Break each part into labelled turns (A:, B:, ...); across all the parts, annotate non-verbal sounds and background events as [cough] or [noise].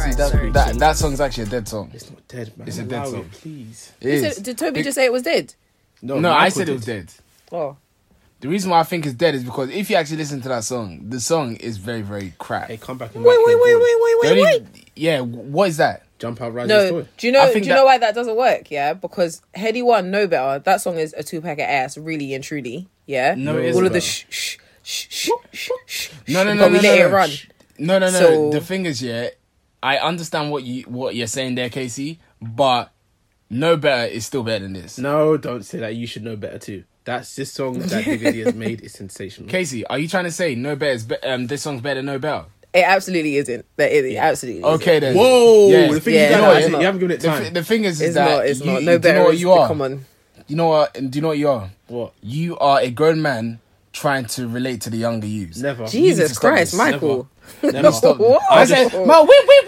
A: that that song's actually a dead song.
B: It's not dead, man.
A: It's a dead
B: Allow
A: song.
B: It, please.
A: It is.
C: So, did Toby
A: Be-
C: just say it was dead?
A: No, I
B: Michael
A: said it was
B: did.
A: dead.
C: Oh,
A: The reason why I think it's dead is because if you actually listen to that song, the song is very very crap.
B: Hey, come back and
C: wait,
B: back
C: wait,
B: your
C: wait,
B: ball.
C: wait, wait,
A: The
C: wait,
A: only-
C: wait.
A: Yeah, what is that?
B: Jump out, rise and
C: No,
B: story.
C: do you know?
A: I
C: Do
A: think
C: you know
A: that-
C: why that doesn't work? Yeah, because Heady One, No Better. That song is a two pack of ass, really and truly. Yeah,
A: No, it
C: all
A: isn't,
C: of
A: bro.
C: the shh, shh, shh, shh, shh, shh.
A: No, no,
C: shh,
A: no,
C: But
A: no,
C: we let
A: no,
C: it
A: no.
C: run.
A: No, no, no.
C: So-
A: the thing is, yeah, I understand what you what you're saying there, Casey, but no better is still better than this.
B: No, don't say that. You should know better too. That's this song
C: [laughs]
B: that Diggity has made is sensational.
A: Casey, are you trying to say no better is be- um this song's better than no better?
C: It absolutely isn't. That it, it absolutely.
A: Okay
C: isn't.
A: then.
B: Whoa!
A: Yeah.
B: The thing
C: Yeah,
B: is, you,
C: no,
B: guys-
C: it's
B: you
C: not.
B: haven't given it
A: The,
B: time.
A: thi- the thing is, is
C: it's
A: that
C: not. It's
A: you,
C: not.
A: you
C: No Better.
A: know what
C: is
A: you
C: the
A: are.
C: Common.
A: You know what? Do you know what you are?
B: What?
A: You are a grown man trying to relate to the younger youths.
B: Never.
A: need to
C: Jesus
A: stop
C: Christ,
A: this.
C: Michael.
B: Never.
A: Stop.
C: Whoa.
A: I [laughs] said, Mo, wait, wait, wait,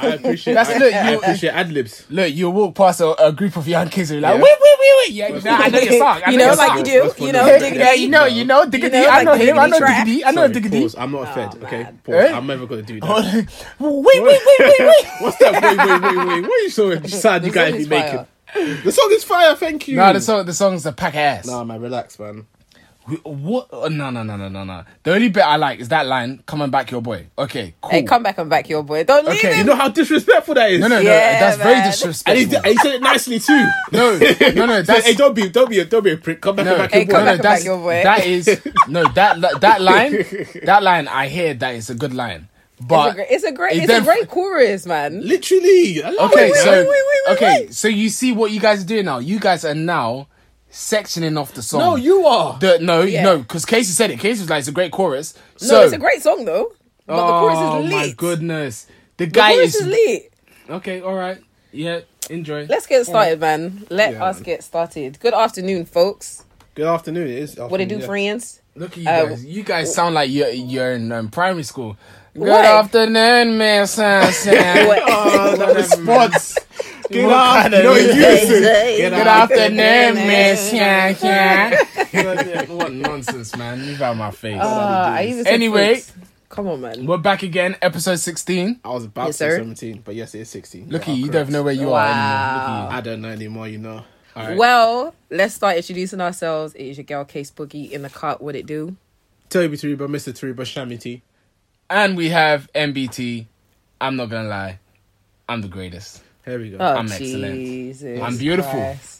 A: wait, [laughs]
B: I
A: wait.
B: appreciate.
A: That's-
B: I,
A: look,
B: I
A: you-
B: appreciate ad libs.
A: Look, you walk past a, a group of young kids and you're like,
B: Yeah.
A: wait, wait, wait, wait. Yeah, you know, I know your song. I
C: [laughs] You
A: know,
C: know,
A: your
C: like
A: song.
C: you do. You know,
B: Yeah,
A: [laughs]
C: diggity.
A: Yeah, you know, you know, diggity.
C: You know,
A: I know
C: like
A: him. I know
C: diggity track.
A: diggity. I know
B: Sorry,
A: diggity.
B: pause. I'm not a
C: Oh,
B: fed. Okay, pause.
A: Eh?
B: I'm never gonna do that.
A: [laughs] wait, wait, wait, wait, wait.
B: [laughs] What's that? Wait, wait, wait, wait. What are you [laughs] so sad you
C: The song
B: guys be
C: is fire.
B: making? The song is fire. Thank
A: [laughs]
B: you.
A: No, the song, the song's a pack of ass.
B: Nah, man, relax, man.
A: We- What? oh, No, no, no, no, no, no. The only bit I like is that line, "Coming back, your boy." Okay, cool.
C: Hey, come back and back your boy. Don't leave
A: Okay.
B: You
C: him.
B: know how disrespectful that is.
A: No, no, no.
C: Yeah,
A: that's very
C: man.
B: And he,
A: disrespectful.
B: and he said it nicely too.
A: no,
B: [laughs]
A: no, no.
B: That's,
A: That's
B: hey, don't be, don't be, a, don't be a prick. Come back
A: no,
B: and back
C: Hey,
B: your boy.
C: come
A: no,
C: back.
A: no, that's-
C: your boy.
A: that
C: [laughs]
A: is no that li- that line that line I hear that is a good line,
C: It's a
A: but
C: gr- It's a great.
A: it
C: It's a
A: def-
C: great chorus, man.
B: Literally.
C: oh,
B: I love
A: Okay,
B: it,
A: so
B: man.
A: okay, so you see what you guys are doing now. You guys are now sectioning off the song.
B: no, you are.
A: The, no,
C: Yeah.
A: no, because Casey said it. Casey was like, "It's a great chorus." So,
C: No, it's a great song though. But the
A: Oh
C: chorus is lit.
A: my goodness, the
C: The
A: guy
C: chorus
A: is,
C: is lit.
A: okay. All right, yeah, enjoy.
C: Let's get started, man. Let
B: Yeah,
C: us
B: man.
C: get started. Good afternoon, folks.
B: Good afternoon. It is. Afternoon,
C: What it do,
A: [laughs]
B: yeah.
C: friends?
A: Look at you
C: Uh,
A: guys. You guys sound like you're you're in um, primary school. Good
C: What?
A: afternoon, Miss uh, Sunshine.
C: [laughs] What-
B: [laughs] Oh, that response. Get
A: What
B: out.
A: kind of
B: No,
A: music?
B: you listen.
C: Good
A: Good afternoon, Miss Sunshine. [laughs] what nonsense, man! Leave out my face.
C: Ah, I even said
A: Anyway.
C: folks. come on, man.
A: We're back again, episode sixteen.
B: I was about
C: Yes,
B: to say
C: sir.
B: 17, but yes, it is 16.
A: Look
B: Yeah,
A: at you. You
B: correct.
A: don't even know where you
C: Wow.
A: are anymore. Look at
B: I don't know anymore, you know. All right.
C: Well, let's start introducing ourselves. It is your girl Case Boogie in the cart. What it do?
B: Toby Tariba, Mr. Tariba, Shamity.
A: you. And we have MBT. I'm not gonna lie, I'm the greatest.
B: Here we go.
C: Oh,
A: I'm excellent.
C: Jesus
A: I'm beautiful.
C: Christ.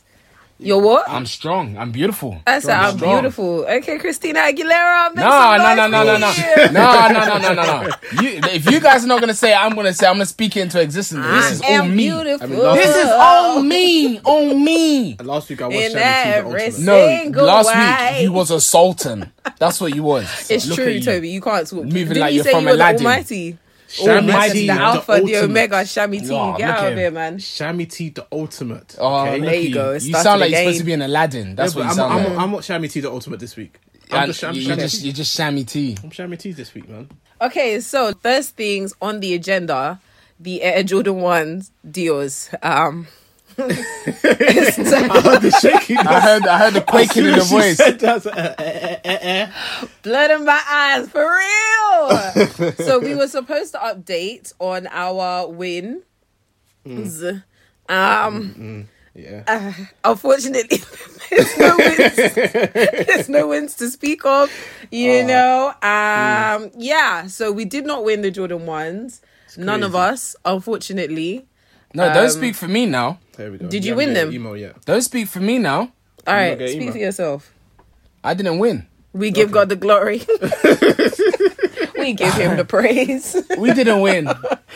C: You're what?
A: I'm strong. I'm beautiful.
C: I said I'm
A: strong.
C: beautiful. Okay, Christina Aguilera. Make
A: No,
C: some
A: no,
C: noise
A: no, no, no, no,
C: for
A: no,
C: you.
A: no, no, no, no, no. You, if you guys are not gonna say, it, I'm gonna say, I'm gonna speak it into existence. This is
C: I am
A: all me.
C: beautiful.
B: I mean, last-
A: This is all me. All me.
B: And Last week I
C: In
B: watched Shamity.
C: every
B: The Ultimate.
C: single-
A: No,
C: Single
A: last
C: white.
A: week you was a sultan. That's what you was.
C: It's
A: Look
C: true,
A: at you.
C: Toby. You can't talk.
A: Moving
C: Didn't
A: like
C: you
A: you're
C: say
A: from
C: you were the
A: Aladdin.
C: Almighty?
B: Shammy
A: Almighty,
B: T,
C: the
A: the
C: oh, Alpha, the
B: ultimate.
C: Omega, Shammy T.
A: Yeah,
C: Get
A: look
C: out
A: at
C: of
A: him.
C: here, man.
B: Shammy T, the ultimate.
A: Oh,
B: okay?
A: look
C: there
A: at
C: you go. It
A: You
C: starts
A: sound
C: with
A: like
C: the
A: you're supposed to
C: game.
A: be in Aladdin. That's
B: Yeah,
A: what
B: but
A: you sound
B: I'm,
A: like.
B: I'm, I'm not Shammy T, the ultimate this week. I'm,
A: And
B: the Sham,
A: you
B: Shammy
A: just
B: T.
A: you just shammy tea.
B: I'm Shammy T this week,
C: [laughs]
B: man. [laughs]
C: Okay, so first things on the agenda, the Air Jordan ones deals. Um, it's-
B: the
A: [laughs]
B: shaking. [laughs]
A: I heard I heard the quaking in the voice.
C: blood in my eyes for
A: [laughs]
C: real. so we were supposed to update on our win.
A: Hmm.
C: Um,
B: Yeah.
C: Uh, unfortunately, [laughs] there's no
B: [laughs]
C: wins. there's no wins to speak of.
B: Oh.
C: You know,
B: Mm.
C: um, yeah. So we did not win the Jordan ones. None of
B: crazy.
C: us, unfortunately.
A: No,
C: Um,
A: don't speak for me now.
B: There we go.
C: Did
B: We
C: you
B: haven't
C: win
B: got
C: them?
B: Email yet.
A: Don't speak for me now.
C: All right,
B: get
C: speak
B: email.
C: for yourself.
A: I didn't win.
C: We give God the glory. [laughs] we give him
B: [laughs]
C: the praise.
A: We didn't win.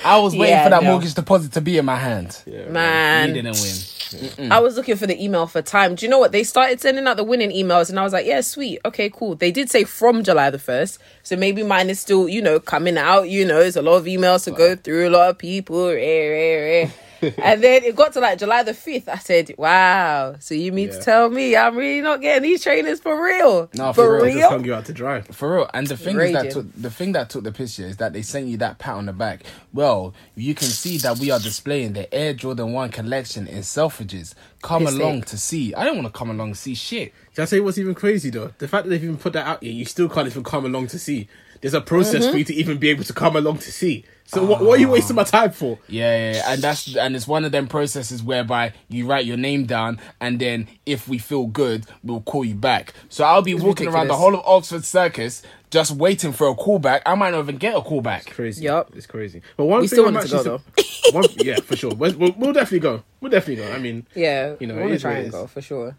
A: I was waiting
C: Yeah,
A: for that
C: no.
A: mortgage deposit to be in my hand. We
C: Man,
A: didn't win.
C: I was looking for the email for time. Do you know what? They started sending out the winning emails, and I was like, yeah, sweet. Okay, cool. They did say from July the 1st. So maybe mine is still, you know, coming out. You know, it's a lot of emails to go through, a lot of people. rare,
B: [laughs]
C: rare, rare. and then it got to like July the 5th. I said, wow. So you mean
B: Yeah.
C: to tell me I'm really not getting these trainers for real?
A: Nah,
C: for,
A: for real.
B: Just
C: real?
B: hung you out to dry.
A: For real. And the thing is that
C: Raging.
A: took, the thing that took the picture is that they sent you that pat on the back. Well, you can see that we are displaying the Air Jordan 1 collection in Selfridges. Come
C: Piss
A: along
C: take.
A: to see. I don't want to come along and see shit.
B: Can I tell you what's even crazy though? The fact that they've even put that out here, you still can't even come along to see. There's a
C: Mm-hmm.
B: process for you to even be able to come along to see. So what, what are
C: Ah.
B: you wasting my time for?
A: Yeah, yeah, yeah, and that's and it's one of them processes whereby you write your name down, and then if we feel good, we'll call you back. So I'll be walking around the
C: ridiculous.
A: whole of Oxford Circus just waiting for a callback. I might not even get a callback.
B: Crazy.
C: Yup.
B: It's crazy. But one
C: We
B: thing
C: still
B: I'm
C: wanted to
B: actually
C: go,
B: su- one, yeah, for sure. We'll, we'll, we'll definitely go. We'll definitely go. I mean,
C: Yeah,
B: You know,
C: I
B: it
C: wanna
B: is
C: try
B: what it
C: and
B: is.
C: go for sure.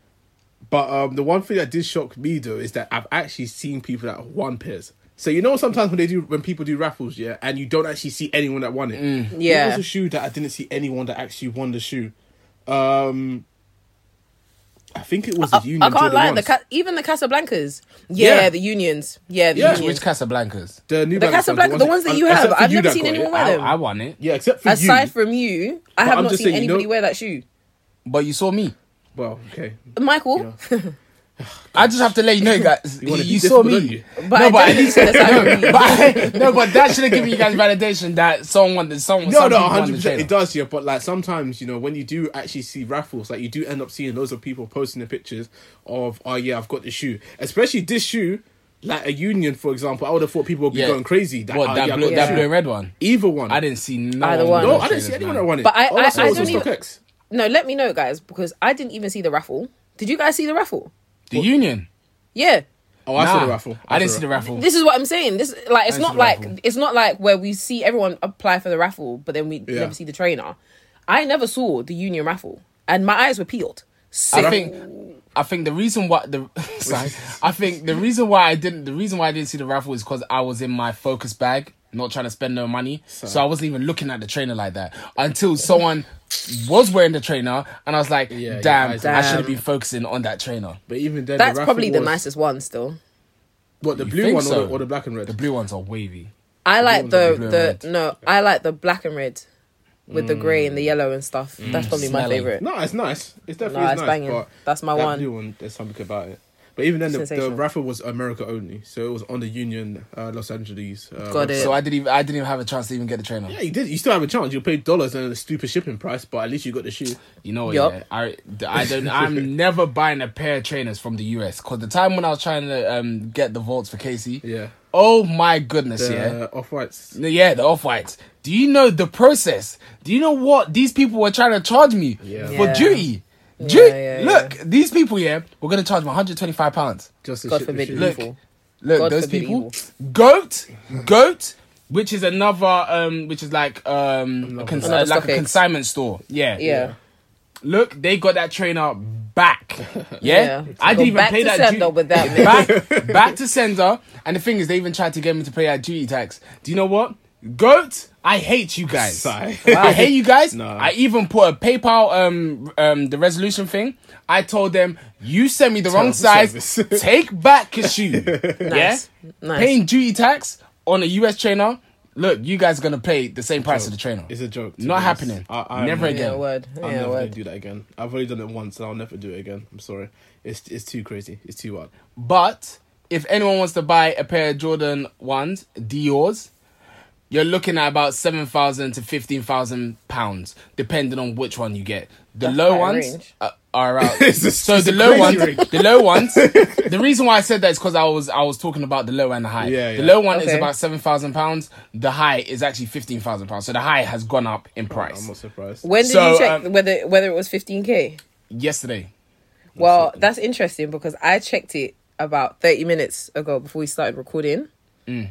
B: But um, the one thing that did shock me though is that I've actually seen people that won pairs. So you know sometimes when they do when people do raffles, yeah, and you don't actually see anyone that won it.
C: Mm. Yeah.
B: there was a shoe that I didn't see anyone that actually won the shoe. Um, I think it was the Union
C: I can't
B: Jordan
C: lie. The
B: ones.
C: ca- even the Casablancas. Yeah,
B: Yeah.
C: the unions. Yeah, the
B: Yeah.
A: Which,
C: unions.
A: which Casablancas?
B: the New
C: the
B: Balance ones,
C: Casablanca, the ones that you have,
B: except for
C: I've never
B: that
C: seen
B: got it. Uh,
C: anyone wear
A: I,
C: them.
A: I won it,
B: Yeah, except for you.
C: Aside from you, I have
B: I'm
C: not
B: just
C: seen
B: saying, you
C: anybody
B: know-
C: wear that shoe.
A: but you saw me.
B: well, okay.
C: Michael,
A: I just have to let you know, guys. you
B: wanna be
A: saw
B: different,
A: me.
B: don't you?
C: But I
A: at
C: definitely
A: least-
C: saw
A: [laughs]
C: the salary.
A: no, but I- no, but that should have given you guys validation that someone, that someone,
B: No,
A: some
B: no,
A: people won the
B: hundred percent.
A: trailer.
B: It does, yeah. But like sometimes, you know, when you do actually see raffles, like you do end up seeing loads of people posting the pictures of, oh yeah, I've got the shoe. Especially this shoe, like a union, for example. I would have thought people would be
A: Yeah.
B: going crazy. That,
A: What
B: oh,
A: that
B: yeah, I've
A: blue,
B: got
A: that
B: the
A: blue
B: shoe.
A: and red one?
B: Either one.
A: I didn't see no.
C: Either
A: one
C: one.
A: on
B: No,
A: the
B: I didn't see
A: trailers,
B: anyone
A: man.
B: that won it.
C: But I-
B: All
C: I-
B: saw
C: I
B: was on
C: don't even-
B: StockX.
C: [laughs] no, let me know, guys, because I didn't even see the raffle. Did you guys see the raffle?
A: The union.
C: Yeah.
B: Oh, I saw the
A: Nah,
B: raffle.
A: I, didn't see the raffle.
C: This is what I'm saying. This like
A: Thanks
C: it's
A: for
C: not
A: the
C: like
A: raffle.
C: it's not like where we see everyone apply for the raffle, but then we
B: Yeah.
C: never see the trainer. I never saw the union raffle, and my eyes were peeled. So,
A: I think I think the reason why the [laughs] sorry, I think the reason why I didn't the reason why I didn't see the raffle is because I was in my focus bag, not trying to spend no money. So I wasn't even looking at the trainer like that until someone was wearing the trainer, and I was like,
B: your
A: damn,
B: eyes
A: I
C: are-
A: should have been focusing on that trainer.
B: But even then,
C: that's
B: the
C: probably the
B: raffle was-
C: nicest one still.
B: What the
A: You
B: blue
A: think
B: one or,
A: so?
B: the, or the black and red?
A: The blue ones are wavy.
C: I like
B: ones are
C: the
A: blue and
C: the
A: red.
C: no, I like the black and red with the grey and the yellow and stuff. That's probably my
A: smelly.
C: favourite.
B: No, it's nice. It's definitely
C: Nah,
B: it's
C: it's
B: nice.
C: banging.
B: But
C: That's my
B: that
C: one.
B: Blue one. There's something about it. But even then, the, the
C: Sensational.
B: raffle was America only, so it was on the Union uh, Los Angeles. Uh,
C: Got
B: website.
C: it.
A: So I didn't even I didn't even have a chance to even get the trainer.
B: Yeah, you did. You still have a chance. You paid dollars and a stupid shipping price, but at least you got the shoe.
A: You know, what,
C: Yup.
A: yeah, I, I don't.
B: [laughs]
A: I'm never buying a pair of trainers from the US because the time when I was trying to um get the vaults for Casey,
B: Yeah.
A: oh my goodness, yeah,
B: Uh, Off whites.
A: No, yeah, the off whites. Do you know the process? Do you know what these people were trying to charge me
B: Yeah.
A: for
C: Yeah.
A: duty? Ju-
C: yeah,
A: look, these people, yeah, we're gonna charge me 125 pounds.
B: Just to
C: God
B: ship the
C: forbid.
B: shoe.
A: Look,
C: Evil.
A: look,
C: God
A: those
C: forbid
A: people, goat, goat, which is another, um, which is like um, a cons-
C: Another
A: like
C: stock
A: a
C: ex.
A: consignment store. Yeah,
C: Yeah.
A: Look, they got that trainer
C: [laughs]
A: back. Yeah,
C: Yeah.
A: Eh? I
C: Go
A: didn't even
C: back
A: pay
C: to
A: that
C: sender
A: duty.
C: with
A: [laughs]
C: that,
B: [laughs]
A: back, back to sender. And the thing is, they even tried to get me to pay that duty tax. Do you know what? Goat, I hate you guys.
B: Sigh.
A: I hate you guys.
B: [laughs] No.
A: I even put a PayPal um um the resolution thing. I told them you sent me the wrong size.
B: service.
A: [laughs] Take back your
B: [laughs]
A: shoe.
C: Nice.
A: Yeah,
C: Nice.
A: paying duty tax on a US trainer. Look, you guys are gonna pay the same price as the trainer.
B: It's a joke. to
A: Not
B: be honest.
A: happening.
B: I- I'm-
A: Never
C: Yeah,
A: again.
C: word.
B: I'm
C: yeah,
B: never gonna
C: word.
B: do that again. I've already done it once, and I'll never do it again. I'm sorry. It's it's too crazy. It's too wild.
A: But if anyone wants to buy a pair of Jordan ones, Dior's, you're looking at about seven thousand to fifteen thousand pounds, depending on which one you get. The
C: That's
A: low
C: quite a
A: ones
C: range.
A: uh,
B: [laughs]
A: are out.
B: It's a-
A: so
B: it's
A: the
B: a
A: low
B: crazy
A: ones,
B: range.
A: the low ones.
B: [laughs]
A: The reason why I said that is because I was I was talking about the low and the high.
B: Yeah, yeah.
A: The low one is
C: Okay.
A: about seven thousand pounds. The high is actually fifteen thousand pounds. So the high has gone up in
B: I'm
A: price.
B: not surprised.
C: When did
A: So,
C: you check
A: um,
C: whether whether it was 15k?
A: Yesterday,
C: Well, that's interesting because I checked it about 30 minutes ago before we started recording.
A: Mm.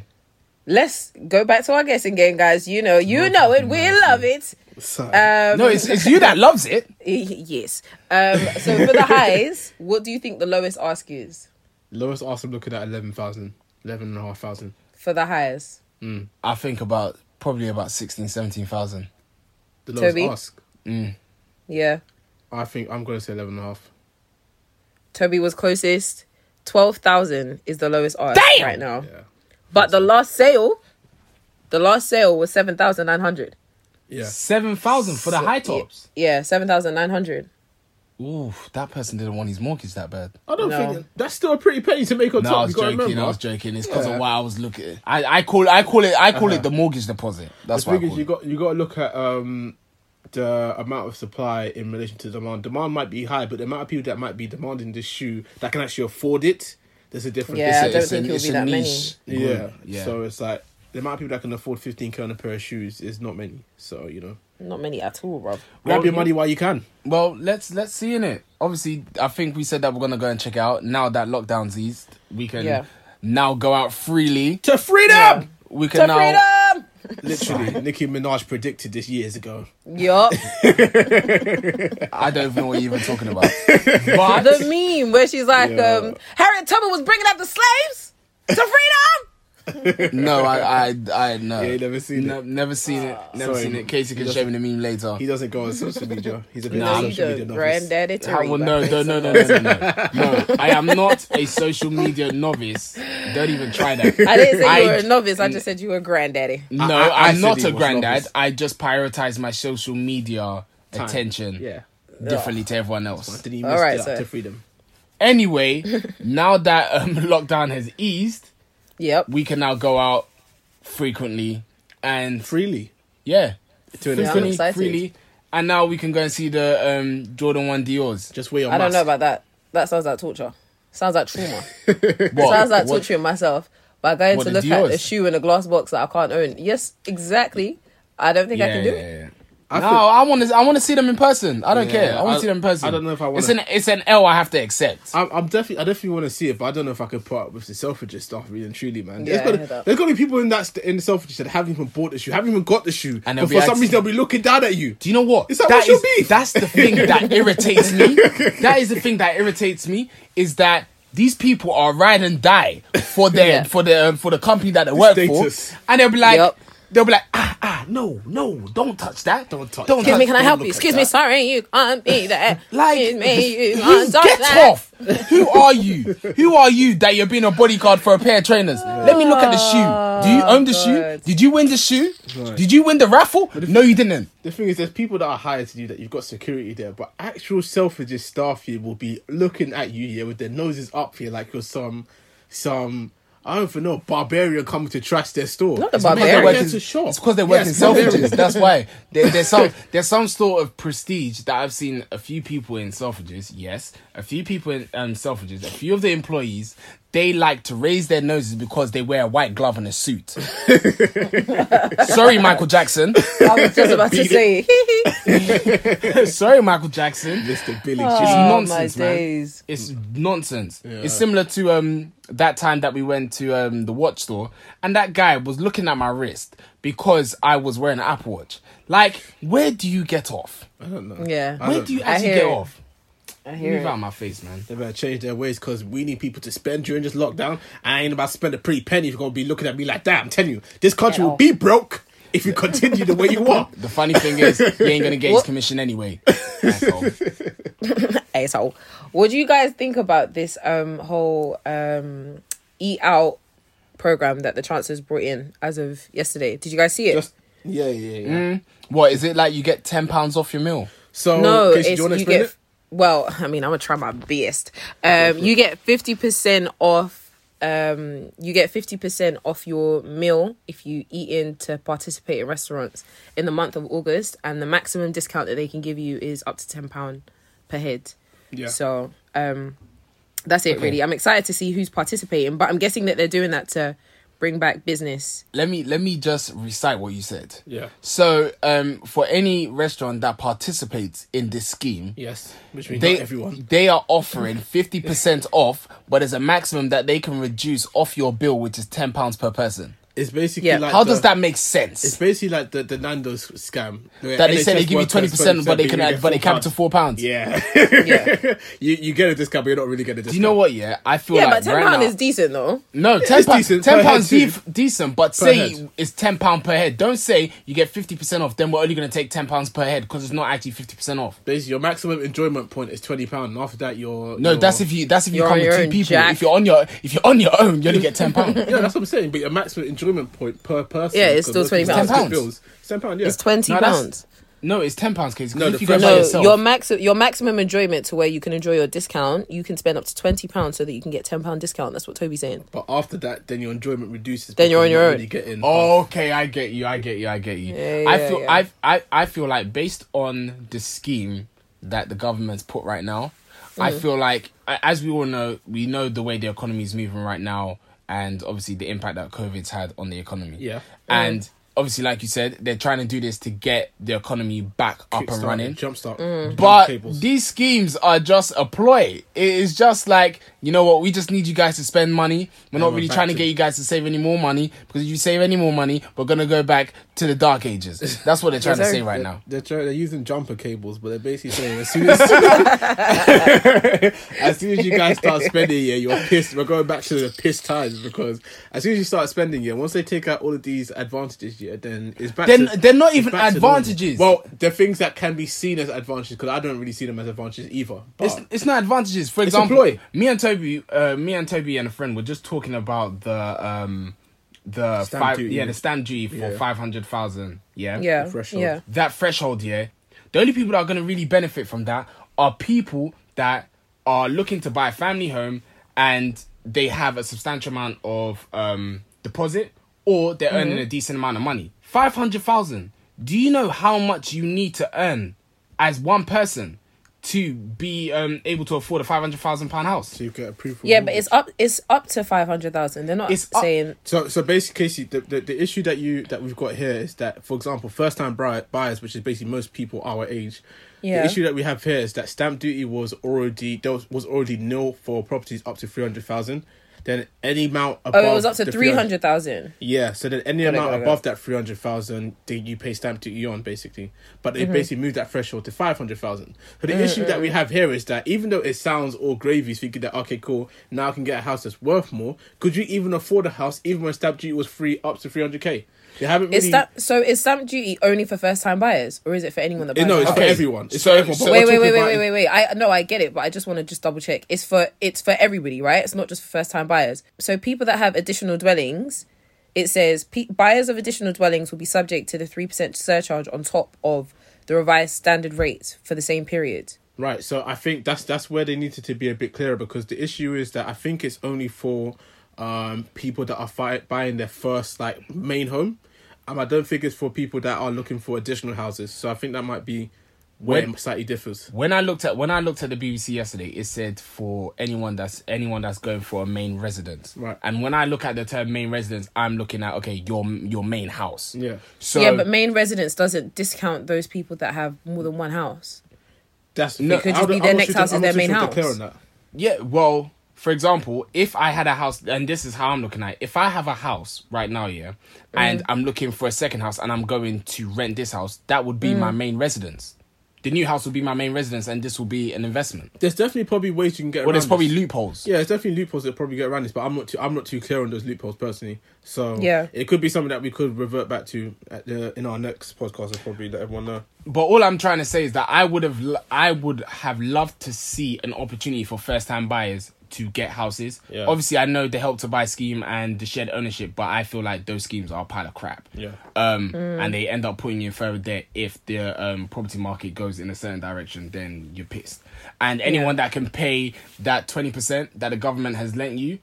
C: Let's go back to our guessing game, guys. You know, you know it. We love it.
B: Sigh.
C: Um,
A: no, it's it's you that loves it.
C: yes. Um, so
A: [laughs]
C: for the highs, what do you think the lowest ask is
B: Lowest Arsenal looking at 11,000. 11,500.
C: for the highs?
A: I think about probably about sixteen, seventeen thousand.
B: The lowest
C: Toby?
B: ask.
C: Yeah,
B: I think I'm going to say 11,500.
C: Toby was closest. Twelve thousand is the lowest ask
A: Damn!
C: right now.
B: Yeah.
C: But the last sale, the last sale was seven thousand nine hundred.
B: Yeah.
A: Seven thousand for the high tops.
C: Yeah, seven thousand nine hundred.
A: Ooh, that person didn't want his mortgage that bad.
B: I don't
C: No.
B: think that's still a pretty penny to make on
A: No,
B: top.
A: I was
B: you gotta
A: joking.
B: remember.
A: I was joking. It's because
B: Yeah. Uh-huh.
A: of why I was looking. I, I call I call it I call it the mortgage deposit.
B: The
A: That's why. I
B: thing is,
A: call
B: you
A: it.
B: got you got to look at um, the amount of supply in relation to demand. Demand might be high, but the amount of people that might be demanding this shoe that can actually afford it There's a difference.
C: Yeah,
A: It's
C: I
A: a-
C: don't
A: it's
C: think
A: an-
C: it'll
A: it's
C: be
A: a
C: that many.
A: niche
B: Yeah.
A: group, Mm-hmm. yeah.
B: So it's like the amount of people that can afford 15 k on a pair of shoes is not many. So you know,
C: Not many at all, bruv.
B: grab
A: Well,
B: your money while you can.
A: Well, let's let's see in it. Obviously, I think we said that we're gonna go and check it out. Now that lockdown's eased, we can
C: Yeah.
A: now go out freely.
B: To freedom.
A: We
C: To
A: can now.
C: freedom!
B: Literally, [laughs] Nicki Minaj predicted this years ago.
A: [laughs]
C: Yup.
A: I don't even know what you're even talking
B: [laughs]
A: about.
C: the
A: But
C: meme where she's like,
B: Yeah.
C: um, Harriet Tubman was bringing up the slaves to freedom!
A: no, I I I no.
B: Yeah, you never seen
A: No,
B: it.
A: never seen it.
C: Ah,
A: Never
B: Sorry.
A: seen it. Casey can show me the meme later.
B: He doesn't go
A: [laughs]
B: on social media. He's a bit
A: Nah,
B: of
C: No,
B: a
A: I'm-
C: you
B: social media
C: the
B: novice.
C: granddaddy to
A: How- well,
C: Reba.
A: no, no, no, no, no, no,
C: [laughs]
A: no. No, I am not a social media novice. Don't even try that.
C: [laughs] I didn't say you
A: I-
C: were a novice. I just said you were a granddaddy.
A: No,
B: I- I- I
A: I, am
B: said
A: not
B: he
A: a
B: was
A: granddad.
B: novice.
A: I just prioritize my social media attention
B: Yeah.
A: differently to everyone else.
B: Did he
C: All
B: miss
C: right,
B: that
C: sir.
B: to freedom?
C: [laughs]
A: Anyway, now that um, [laughs] lockdown has eased,
C: Yep.
A: we can now go out frequently and
B: Freely.
A: yeah,
B: To an
C: Yeah.
B: extent.
A: frequently,
C: excited.
A: freely. And now we can go and see the um, Jordan One Dior's.
B: Just wear your
C: I don't know
B: mask.
C: about that. That sounds like torture. Sounds like trauma.
A: What?
C: Sounds like
A: What-
C: torturing myself by going
A: What,
C: to
A: the
C: look at a
A: Dior's?
C: shoe in a glass box that I can't own. Yes, exactly. I don't think I can do it.
A: yeah.
B: I
A: no,
B: feel-
A: I want to. I want to see them in person. I don't
B: Yeah,
A: care. I want
B: I-
A: to see them in person.
B: I don't know if I
A: It's
B: wanna-
A: an it's an L I have to accept.
B: I'm, I'm definitely, I definitely want to see it, but I don't know if I could put up with the Selfridges stuff, really and truly, man.
C: Yeah,
B: there's
C: I hear
B: got
C: that.
B: to be people in that st- in the Selfridges that haven't even bought the shoe, haven't even got the shoe,
A: And
B: but
A: they'll
B: for
A: be
B: some
A: act-
B: reason they'll be looking down at you.
A: Do you know what?
B: Is that what's your
A: is,
B: beef?
A: That's the
B: [laughs]
A: thing that irritates me. that is the thing that irritates me is that these people are ride and die for their
C: Yeah.
A: for the um, for the company that they work
B: status.
A: for, and they'll be like,
C: Yup.
A: they'll be like, ah ah, no no, don't touch that,
B: Don't touch
A: don't
B: that.
C: Excuse me, can I
B: Don't
C: help
B: look
C: you?
B: at
C: Excuse
B: that.
C: me, sorry, you can't be that.
A: [laughs] Like,
C: Excuse me, you
A: you
C: can't do
A: [laughs] get
C: that.
A: off. [laughs] Who are you? Who are you that you're being a bodyguard for a pair of trainers? Let me look at the shoe. Do you own the shoe?
C: God.
A: Did you win the shoe?
B: Right.
A: Did you win the raffle? No, you didn't.
B: The thing is, there's people that are hired to do that. You've got security there, but actual Selfridges staff here will be looking at you here with their noses up here, like you're some, some. I don't even know barbarian coming to trash their store.
C: Not the
B: It's because they
C: barbarian.
B: work
A: They work
B: in-
A: in-
B: shop.
A: It's because they work
B: Yes,
A: in
B: barbarian.
A: Selfridges. That's why there, there's
B: [laughs]
A: some there's some sort of prestige that I've seen a few people in Selfridges. Yes, a few people in um, Selfridges. A few of the employees they like to raise their noses because they wear a white glove and a suit.
B: [laughs]
A: Sorry, Michael Jackson.
C: I was just about to say. [laughs]
A: Sorry, Michael Jackson.
B: Mr. Billy.
A: It's
B: Jesus.
C: Oh,
A: nonsense,
C: my
A: man.
C: days.
A: It's nonsense.
B: Yeah.
A: It's similar to um that time that we went to um the watch store, and that guy was looking at my wrist because I was wearing an Apple Watch. Like, where do you get off?
B: I don't know.
C: Yeah.
B: I
A: Where
B: don't
A: do you
B: know.
C: I
A: actually
C: hear
A: get
C: it.
A: off?
C: I hear
A: Move out of
C: it.
A: my face, man.
B: They better change their ways because we need people to spend during this lockdown. I ain't about to spend a pretty penny if you're gonna be looking at me like that. I'm telling you, this country will be broke if you continue the way you
A: [laughs]
B: are.
A: The funny thing
B: [laughs]
A: is, you ain't gonna get his
C: What?
A: commission anyway. Asshole.
C: Asshole. What do you guys think about this um whole um eat out program that the chancellor's brought in as of yesterday? Did you guys see it?
B: Just yeah, yeah, yeah.
A: Mm. what is it like? You get ten pounds off your meal.
B: So
C: No,
B: Casey, do
C: it's,
B: you
C: you,
B: want to explain
C: get.
B: it?
C: Well, I mean, I'm gonna try my best. Um, you get fifty percent off. Um, you get fifty percent off your meal if you eat in to participate in restaurants in the month of August, and the maximum discount that they can give you is up to ten pound per head.
B: Yeah.
C: So, um, that's it. Really, I'm excited to see who's participating, but I'm guessing that they're doing that to bring back business.
A: Let me let me just recite what you said.
B: Yeah.
A: So, um, for any restaurant that participates in this scheme,
B: Yes, which means
A: they
B: not everyone. [laughs]
A: they are offering 50% off but there's a maximum that they can reduce off your bill which is 10 pounds per person
B: It's basically
C: Yeah,
B: like
A: how
B: the-
A: does that make
B: It's
A: sense
B: basically like the, the Nando's scam.
A: that they say they give you 20% but they can add, but they cap it to 4 pounds
B: Yeah,
C: Yeah.
B: [laughs] you you get a discount, but you're not really getting a discount.
A: do you know what yeah i feel
C: yeah,
A: like
C: but ten
A: right
C: pound
A: now-
C: is decent though.
A: no 10
B: It's
A: pounds
B: decent, per
A: 10
B: head
A: pounds
B: too.
A: def- decent but say
B: head.
A: it's 10 pound per head don't say you get 50% off then we're only going to take 10 pounds per head because it's not actually 50% off
B: Basically, your maximum enjoyment point is twenty pound. After that, you're
A: no, that's if you that's if you
C: You're
A: come
C: on your
A: with two
C: own,
A: people.
C: Jack.
A: If you're on your if you're on your own, you only get ten pounds.
B: [laughs] Yeah, that's what I'm saying. But your maximum enjoyment point per person.
C: Yeah, it's still
B: because most
C: 20
B: people's
A: pounds.
B: bills- Ten pound. Yeah,
C: It's twenty
A: No, that's-
C: pounds.
A: No, it's ten pounds, Casey. 'cause
B: No,
A: if
B: the
A: you go
B: first-
A: by
B: by
C: No,
A: yourself-
C: your max your maximum enjoyment to where you can enjoy your discount, you can spend up to twenty pounds so that you can get ten pound discount. That's what Toby's saying.
B: But after that, then your enjoyment reduces.
C: Then you're
B: because
C: on your
B: not
C: own.
B: Really getting half.
A: Oh, Okay, I get you. I get you. I get you.
C: Yeah,
A: I
C: yeah,
A: feel
C: yeah.
A: I I I feel like based on the scheme that the government's put right now, I
C: Mm.
A: feel like, a- as we all know, we know the way the economy is moving right now, and obviously the impact that COVID's had on the economy.
B: Yeah.
A: And obviously, like you said, they're trying to do this to get the economy back up and running.
B: Jumpstart.
C: Mm.
A: But
B: cables.
A: these schemes are just a ploy. It is just like, you know what, we just need you guys to spend money. We're not
B: we're
A: really
B: back
A: trying to
B: to-
A: get you guys to save any more money because if you save any more money, we're going to go back to the dark ages. That's what they're trying to
C: Yes,
A: say
C: sir.
A: right
B: they're,
A: now.
B: They're, try- they're using jumper cables, but they're basically saying as soon as, [laughs] as soon as you guys start spending, yeah, you're pissed. We're going back to the piss times because as soon as you start spending, yeah, once they take out all of these advantages, yeah, then it's back.
A: Then-
B: to,
A: they're not
B: it's
A: even
B: back to normal.
A: advantages.
B: Well, they're things that can be seen as advantages because I don't really see them as advantages either. But
A: It's, it's not advantages. For
B: uh, a
A: example,
B: ploy.
A: me and Toby, uh, me and Toby and a friend were just talking about the um, the
B: Stamp
A: five,
B: duty.
A: yeah, the stamp duty for
B: Yeah.
A: five hundred thousand. Yeah,
C: Yeah.
B: threshold.
C: Yeah.
A: that threshold, yeah, the only people that are going to really benefit from that are people that are looking to buy a family home and they have a substantial amount of um, deposit or they're earning a decent amount of money. 500,000. Do you know how much you need to earn as one person to be um, able to afford a 500,000 pound house?
B: so you get approved. for
C: Yeah, but
B: mortgage.
C: it's up. It's up to five hundred thousand. They're not
A: It's up-
C: saying
B: So, so basically, Casey, the, the, the issue that you that we've got here is that, for example, first time buyers, which is basically most people our age,
C: Yeah.
B: the issue that we have here is that stamp duty was already there was, was already nil for properties up to three hundred thousand. Then any amount above
C: oh, it was up to
B: the
C: three
B: 300
C: hundred thousand.
B: yeah, so then any
C: it,
B: amount
C: got it, got
B: above that three hundred thousand, then you pay stamp duty on basically. But
C: Mm-hmm.
B: they basically moved that threshold to five hundred thousand. So the issue that we have here is that even though it sounds all gravy, thinking that okay, cool, now I can get a house that's worth more. Could you even afford a house even when stamp duty was free up to three hundred k? They haven't really.
C: Is that so? Is stamp duty only for first time buyers, or is it for anyone that
B: Eh,
C: buys?
B: no,
C: a
B: it's
C: house?
B: for
A: Okay.
B: everyone. It's
A: So-
B: for everyone. but
A: so-
B: we're
C: wait, wait,
B: talking
C: wait, wait,
B: about
C: wait,
B: in-
C: wait, wait. I no, I get it, but I just want to just double check. It's for it's for everybody, right? It's not just for first time buyers. So people that have additional dwellings, it says pe- buyers of additional dwellings will be subject to the three percent surcharge on top of the revised standard rates for the same period.
B: Right, so I think that's that's where they needed to be a bit clearer because the issue is that I think it's only for um people that are fi- buying their first like main home. Um, I don't think it's for people that are looking for additional houses. So I think that might be where
A: When-
B: it slightly differs.
A: When I looked at when I looked at the BBC yesterday, it said for anyone that's anyone that's going for a main residence.
B: Right.
A: And when I look at the term main residence, I'm looking at okay, your your main house.
B: Yeah.
A: So
C: yeah, but main residence doesn't discount those people that have more than one house.
B: That's
A: No,
B: no,
A: it could
C: just be their next house is their main
B: Clear
C: house.
B: on that.
A: yeah, well, for example, if I had a house, and this is how I'm looking at it, if I have a house right now, yeah,
B: Mm-hmm.
A: and I'm looking for a second house, and I'm going to rent this house, that would be
B: Mm.
A: my main residence. The new house will be my main residence, and this will be an investment.
B: There's definitely probably ways you can get.
A: Well, there's
B: around
A: probably
B: this.
A: loopholes.
B: Yeah, it's definitely loopholes that probably get around this, but I'm not too I'm not too clear on those loopholes personally. So
C: Yeah.
B: it could be something that we could revert back to at the, in our next podcast and probably let everyone know.
A: But all I'm trying to say is that I would have, l- I would have loved to see an opportunity for first-time buyers to get houses.
B: Yeah.
A: Obviously, I know the help to buy scheme and the shared ownership, but I feel like those schemes are a pile of crap.
B: Yeah.
A: Um,
C: Mm.
A: and they end up putting you in further debt if the um property market goes in a certain direction. Then you're pissed. And anyone that can pay that twenty percent that the government has lent you,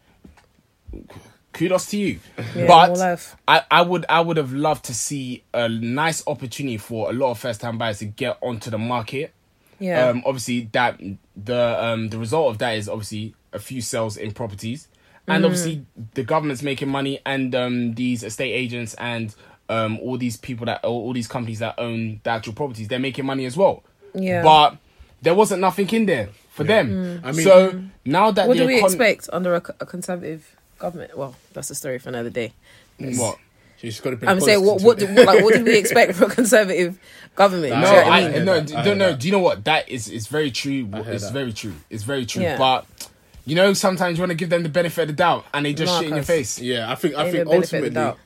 A: kudos to you.
C: [laughs] Yeah, more
A: but
C: life.
A: I, I would I would have loved to see a nice opportunity for a lot of first time buyers to get onto the market.
C: Yeah.
A: Um, obviously that the um the result of that is obviously a few sales in properties.
C: Mm-hmm.
A: And obviously the government's making money and um these estate agents and um all these people that all, all these companies that own the actual properties, they're making money as well.
C: Yeah.
A: But there wasn't nothing in there for them.
B: Mm. I mean-
A: so now that
C: what
A: the
C: do we
A: econ-
C: expect under a, co- a conservative government? Well, that's a story for another day.
A: What?
B: She's got to be.
C: I'm saying what
B: positive.
C: what do, like what do we expect from a conservative government?
A: No,
C: Do you know what
A: I,
C: I mean?
B: hear
A: no,
B: that.
A: d-
B: I hear
A: no, no.
B: that.
A: Do you know what? That is, it's very true.
B: hear
A: It's
B: that.
A: very true. It's very true.
C: Yeah.
A: But you know, sometimes you want to give them the benefit of the doubt, and they just shit in your
C: Marcus.
A: face.
B: Yeah, I think I
C: Ain't
B: think
C: no benefit of
B: ultimately,
C: doubt.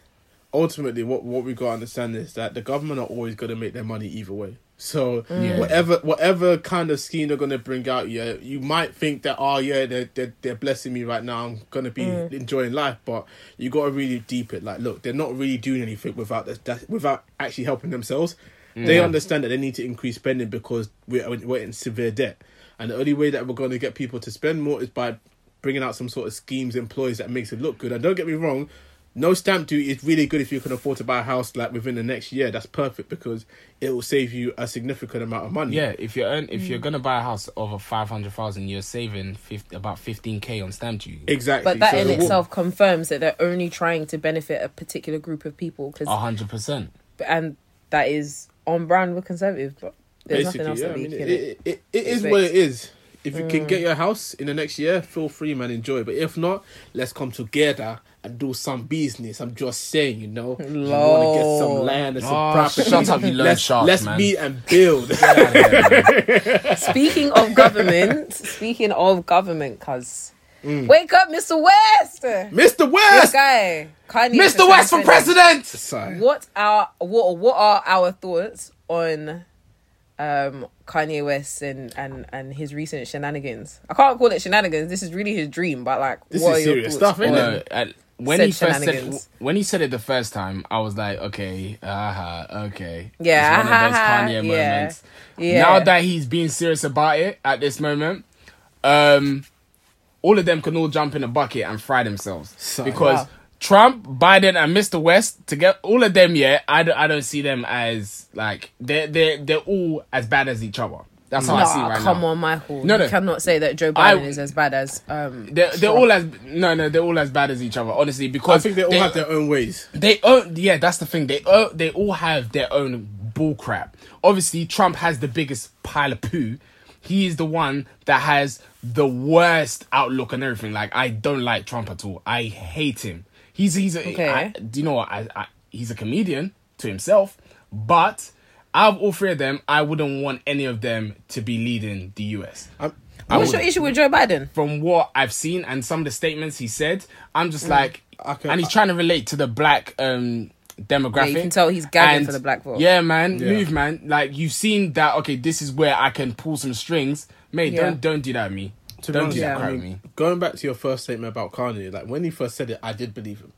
B: ultimately, what what we got to understand is that the government are always going to make their money either way. So
C: Mm.
A: Yeah.
B: whatever whatever kind of scheme they're going to bring out, yeah, you might think that oh yeah, they're they're, they're blessing me right now. I'm going to be
C: Mm.
B: enjoying life, but you got to really deep it. Like, look, they're not really doing anything without that, that without actually helping themselves. They understand that they need to increase spending because we're we're in severe debt, and the only way that we're going to get people to spend more is by bringing out some sort of schemes, employees that makes it look good. And don't get me wrong, No stamp duty is really good if you can afford to buy a house like within the next year. That's perfect because it will save you a significant amount of money.
A: Yeah, if you're earn, if you're gonna buy a house over five hundred thousand, you're saving 50, about fifteen k on stamp duty.
B: exactly.
C: But that
B: So
C: in
B: the wa-
C: itself confirms that they're only trying to benefit a particular group of people. Cause,
A: A hundred percent.
B: Uh-huh.
C: and that is on brand with conservative. But there's nothing else
B: yeah,
C: that we
B: I mean,
C: can.
B: it, it, it, it is what it is. If you
C: Mm.
B: can get your house in the next year, feel free, man, enjoy. But if not, let's come together and do some business. I'm just saying, you know, you want to get
C: Lol.
B: some land and some
A: Oh,
B: property.
A: shut up, you low
B: let's,
A: shark,
B: Let's
A: man.
B: meet and build. [laughs]
C: Speaking
B: [laughs]
C: of government, speaking of government, cuz. Wake up, Mr. West!
B: Mr.
C: This
B: Mm. West,
C: guy, Kanye
A: Mr. West for president.
B: Sorry.
C: What are what what are our thoughts on um Kanye West and and and his recent shenanigans? I can't call it shenanigans. This is really his dream, but like,
B: This is
C: what are your
B: serious
C: thoughts
B: stuff, innit?
C: on-
A: No, uh, when
C: Said
A: he first said
C: shenanigans.
A: when he said it the first time, I was like, okay, aha, okay,
C: Yeah,
A: It's one of those
C: aha,
A: Kanye
C: yeah,
A: moments.
C: yeah.
A: Now that he's being serious about it at this moment, um, all of them can all jump in a bucket and fry themselves
B: Son.
A: because
C: Wow.
A: Trump, Biden, and Mr. West together, all of them, yeah, I don't, I don't see them as like they're they they're are all as bad as each other. That's how I see it
C: Nah,
A: right
C: come
A: now.
C: on, Michael.
A: No,
C: No, no.
A: no.
C: You cannot say that Joe Biden
A: I-
C: is as bad as um.
A: They're, they're
C: Trump.
A: all as no no they're all as bad as each other honestly
B: I
A: because
B: think they all have their own ways.
A: they own yeah that's the thing they own, they all have their own bull crap obviously trump has the biggest pile of poo he is the one that has the worst outlook and everything like i don't like trump at all i hate him he's he's a,
C: Okay.
A: I- do you know what I, I he's a comedian to himself but out of all three of them i wouldn't want any of them to be leading the us
B: I'm,
A: I
C: What's
A: would-
C: your issue with Joe Biden?
A: from what I've seen and some of the statements he said, I'm just like,
B: Mm. Okay.
A: and he's trying to relate to the black um demographic.
C: can tell he's gagging for the black vote.
A: Yeah, man,
B: Yeah.
A: move, man. Like you've seen that. Okay, this is where I can pull some strings, mate.
C: Yeah.
A: Don't don't do that, to me.
B: To be
A: don't
B: honest,
A: do that
B: I
A: crap,
B: mean,
A: me.
B: Going back to your first statement about Kanye, like when he first said it, I did believe him.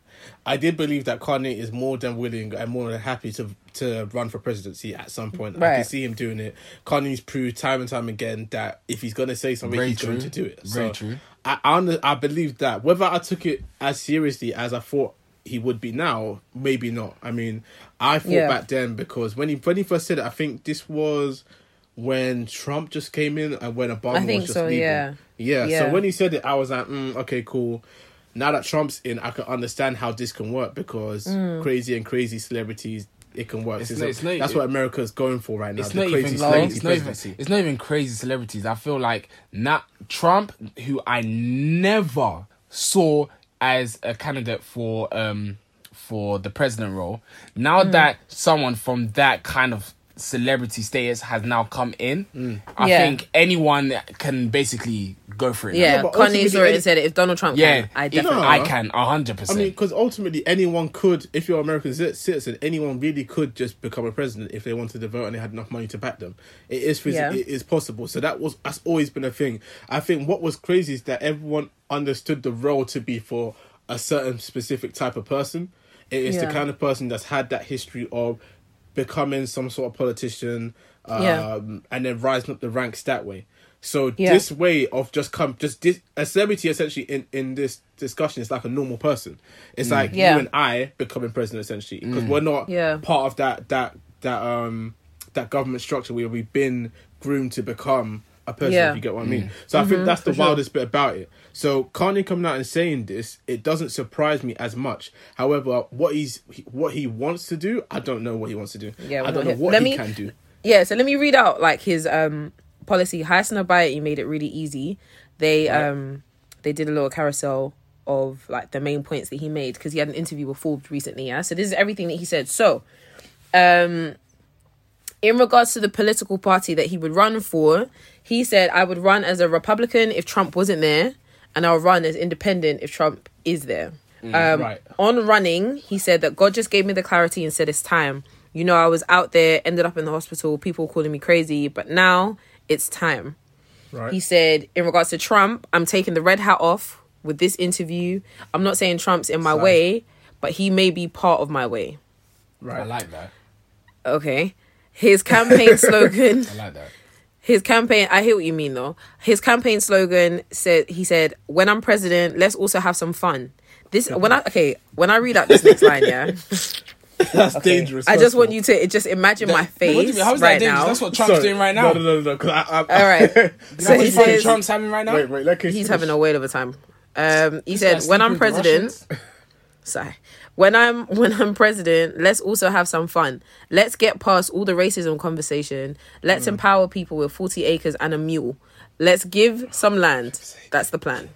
B: I did believe that Kanye is more than willing and more than happy to to run for presidency at some point. I can
C: Right.
B: see him doing it. Kanye's proved time and time again that if he's going to say something,
A: Very
B: he's going
A: true.
B: to do it.
A: Very
B: so
A: true.
B: I, I under- I believe that. Whether I took it as seriously as I thought he would be now, maybe not. I mean, I thought
C: Yeah.
B: back then because when he when he first said it, I think this was when Trump just came in and when Obama
C: I think
B: was just
C: so,
B: leaving.
C: yeah.
B: Yeah,
C: Yeah.
B: So when he said it, I was like, mm, okay, cool. Now that Trump's in, I can understand how this can work because crazy and crazy celebrities, it can work.
A: It's
B: It's
A: not-
B: a-
A: it's not- e-
B: that's what America's going for right now.
A: It's
B: the
A: not
B: crazy
A: even
B: celebrity
A: it's not even,
B: presidency.
A: it's not even crazy celebrities. I feel like not Trump, who I never saw as a candidate for um for the president role. Now
C: Hmm.
A: that someone from that kind of celebrity status has now come in, I
C: Yeah.
A: think anyone can basically go for it. now.
C: Yeah,
B: but
C: Kanye
B: ultimately
C: saw it
B: any-
C: and said it. If Donald Trump
A: yeah.
C: can, I
A: if
C: definitely.
B: No.
A: I can hundred
B: I mean,
A: percent.
B: because ultimately anyone could, if you're an American cit- citizen, anyone really could just become a president if they wanted to vote and they had enough money to back them. It is phys-
C: Yeah.
B: it is possible. So that was that's always been a thing. I think what was crazy is that everyone understood the role to be for a certain specific type of person. It is
C: Yeah.
B: the kind of person that's had that history of becoming some sort of politician, um,
C: Yeah.
B: and then rising up the ranks that way. So
C: Yeah.
B: this way of just come just this a celebrity essentially in in this discussion is like a normal person it's like
C: Yeah.
B: you and i becoming president essentially because we're not
C: Yeah.
B: part of that that that um that government structure where we've been groomed to become a person
C: Yeah. Mm-hmm.
B: if you get what i mean so i think that's the wildest bit about it so kanye coming out and saying this it doesn't surprise me as much however what he's what he wants to do i don't know what he wants to do
C: Yeah,
B: i don't know
C: well,
B: what
C: let
B: he
C: me-
B: can do
C: Yeah, so let me read out like his um policy. Hyacinth Abayote made it really easy. They um they did a little carousel of like the main points that he made because he had an interview with Forbes recently. Yeah, so this is everything that he said. So, um, in regards to the political party that he would run for, he said, "I would run as a Republican if Trump wasn't there, and I'll run as independent if Trump is there." um,
B: right
C: on running, he said that God just gave me the clarity and said it's time. You know, I was out there, ended up in the hospital, people calling me crazy, but now it's time.
B: right
C: He said, in regards to Trump, I'm taking the red hat off with this interview. I'm not saying Trump's in my
B: Sorry.
C: way, but he may be part of my way.
A: I
B: right
A: like that.
C: Okay. His campaign slogan
A: I like that.
C: His campaign, I hear what you mean though. His campaign slogan said, he said, when I'm president, let's also have some fun. This, when I, okay, when I read out this next line, yeah,
B: That's dangerous.
C: I just
B: first of
C: want you to just imagine my
A: What do you mean?
C: face
A: How is that
C: right
A: dangerous?
C: now.
A: That's what
B: all.
A: Trump's
B: Sorry.
A: doing right now.
B: No, no, no, no. 'cause I, I,
C: All
B: [laughs]
C: right.
A: So
C: so he
A: fun
C: says,
A: Trump's having right now.
B: Wait, wait. Let Casey
C: he's
B: finish.
C: having a whale of a time. Um, he said,
A: Like
C: "When
A: sleeping with
C: I'm
A: the
C: president,
A: Russians.
C: [laughs] sorry, when I'm when I'm president, let's also have some fun. Let's get past all the racism conversation. Let's
A: Hmm.
C: empower people with forty acres and a mule. Let's give some land. That's the plan."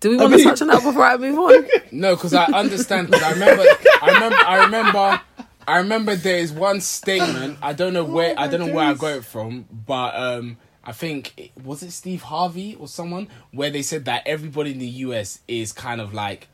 C: Do we want to
B: mean-
C: touch on that before I
A: [laughs]
C: move on?
A: No, because I understand. Because I remember, I remember, I remember, I remember. There is one statement. I don't know where. I don't know
C: Oh
A: where I got it from, but um, I think it- was it Steve Harvey or someone where they said that everybody in the U.S. is kind of like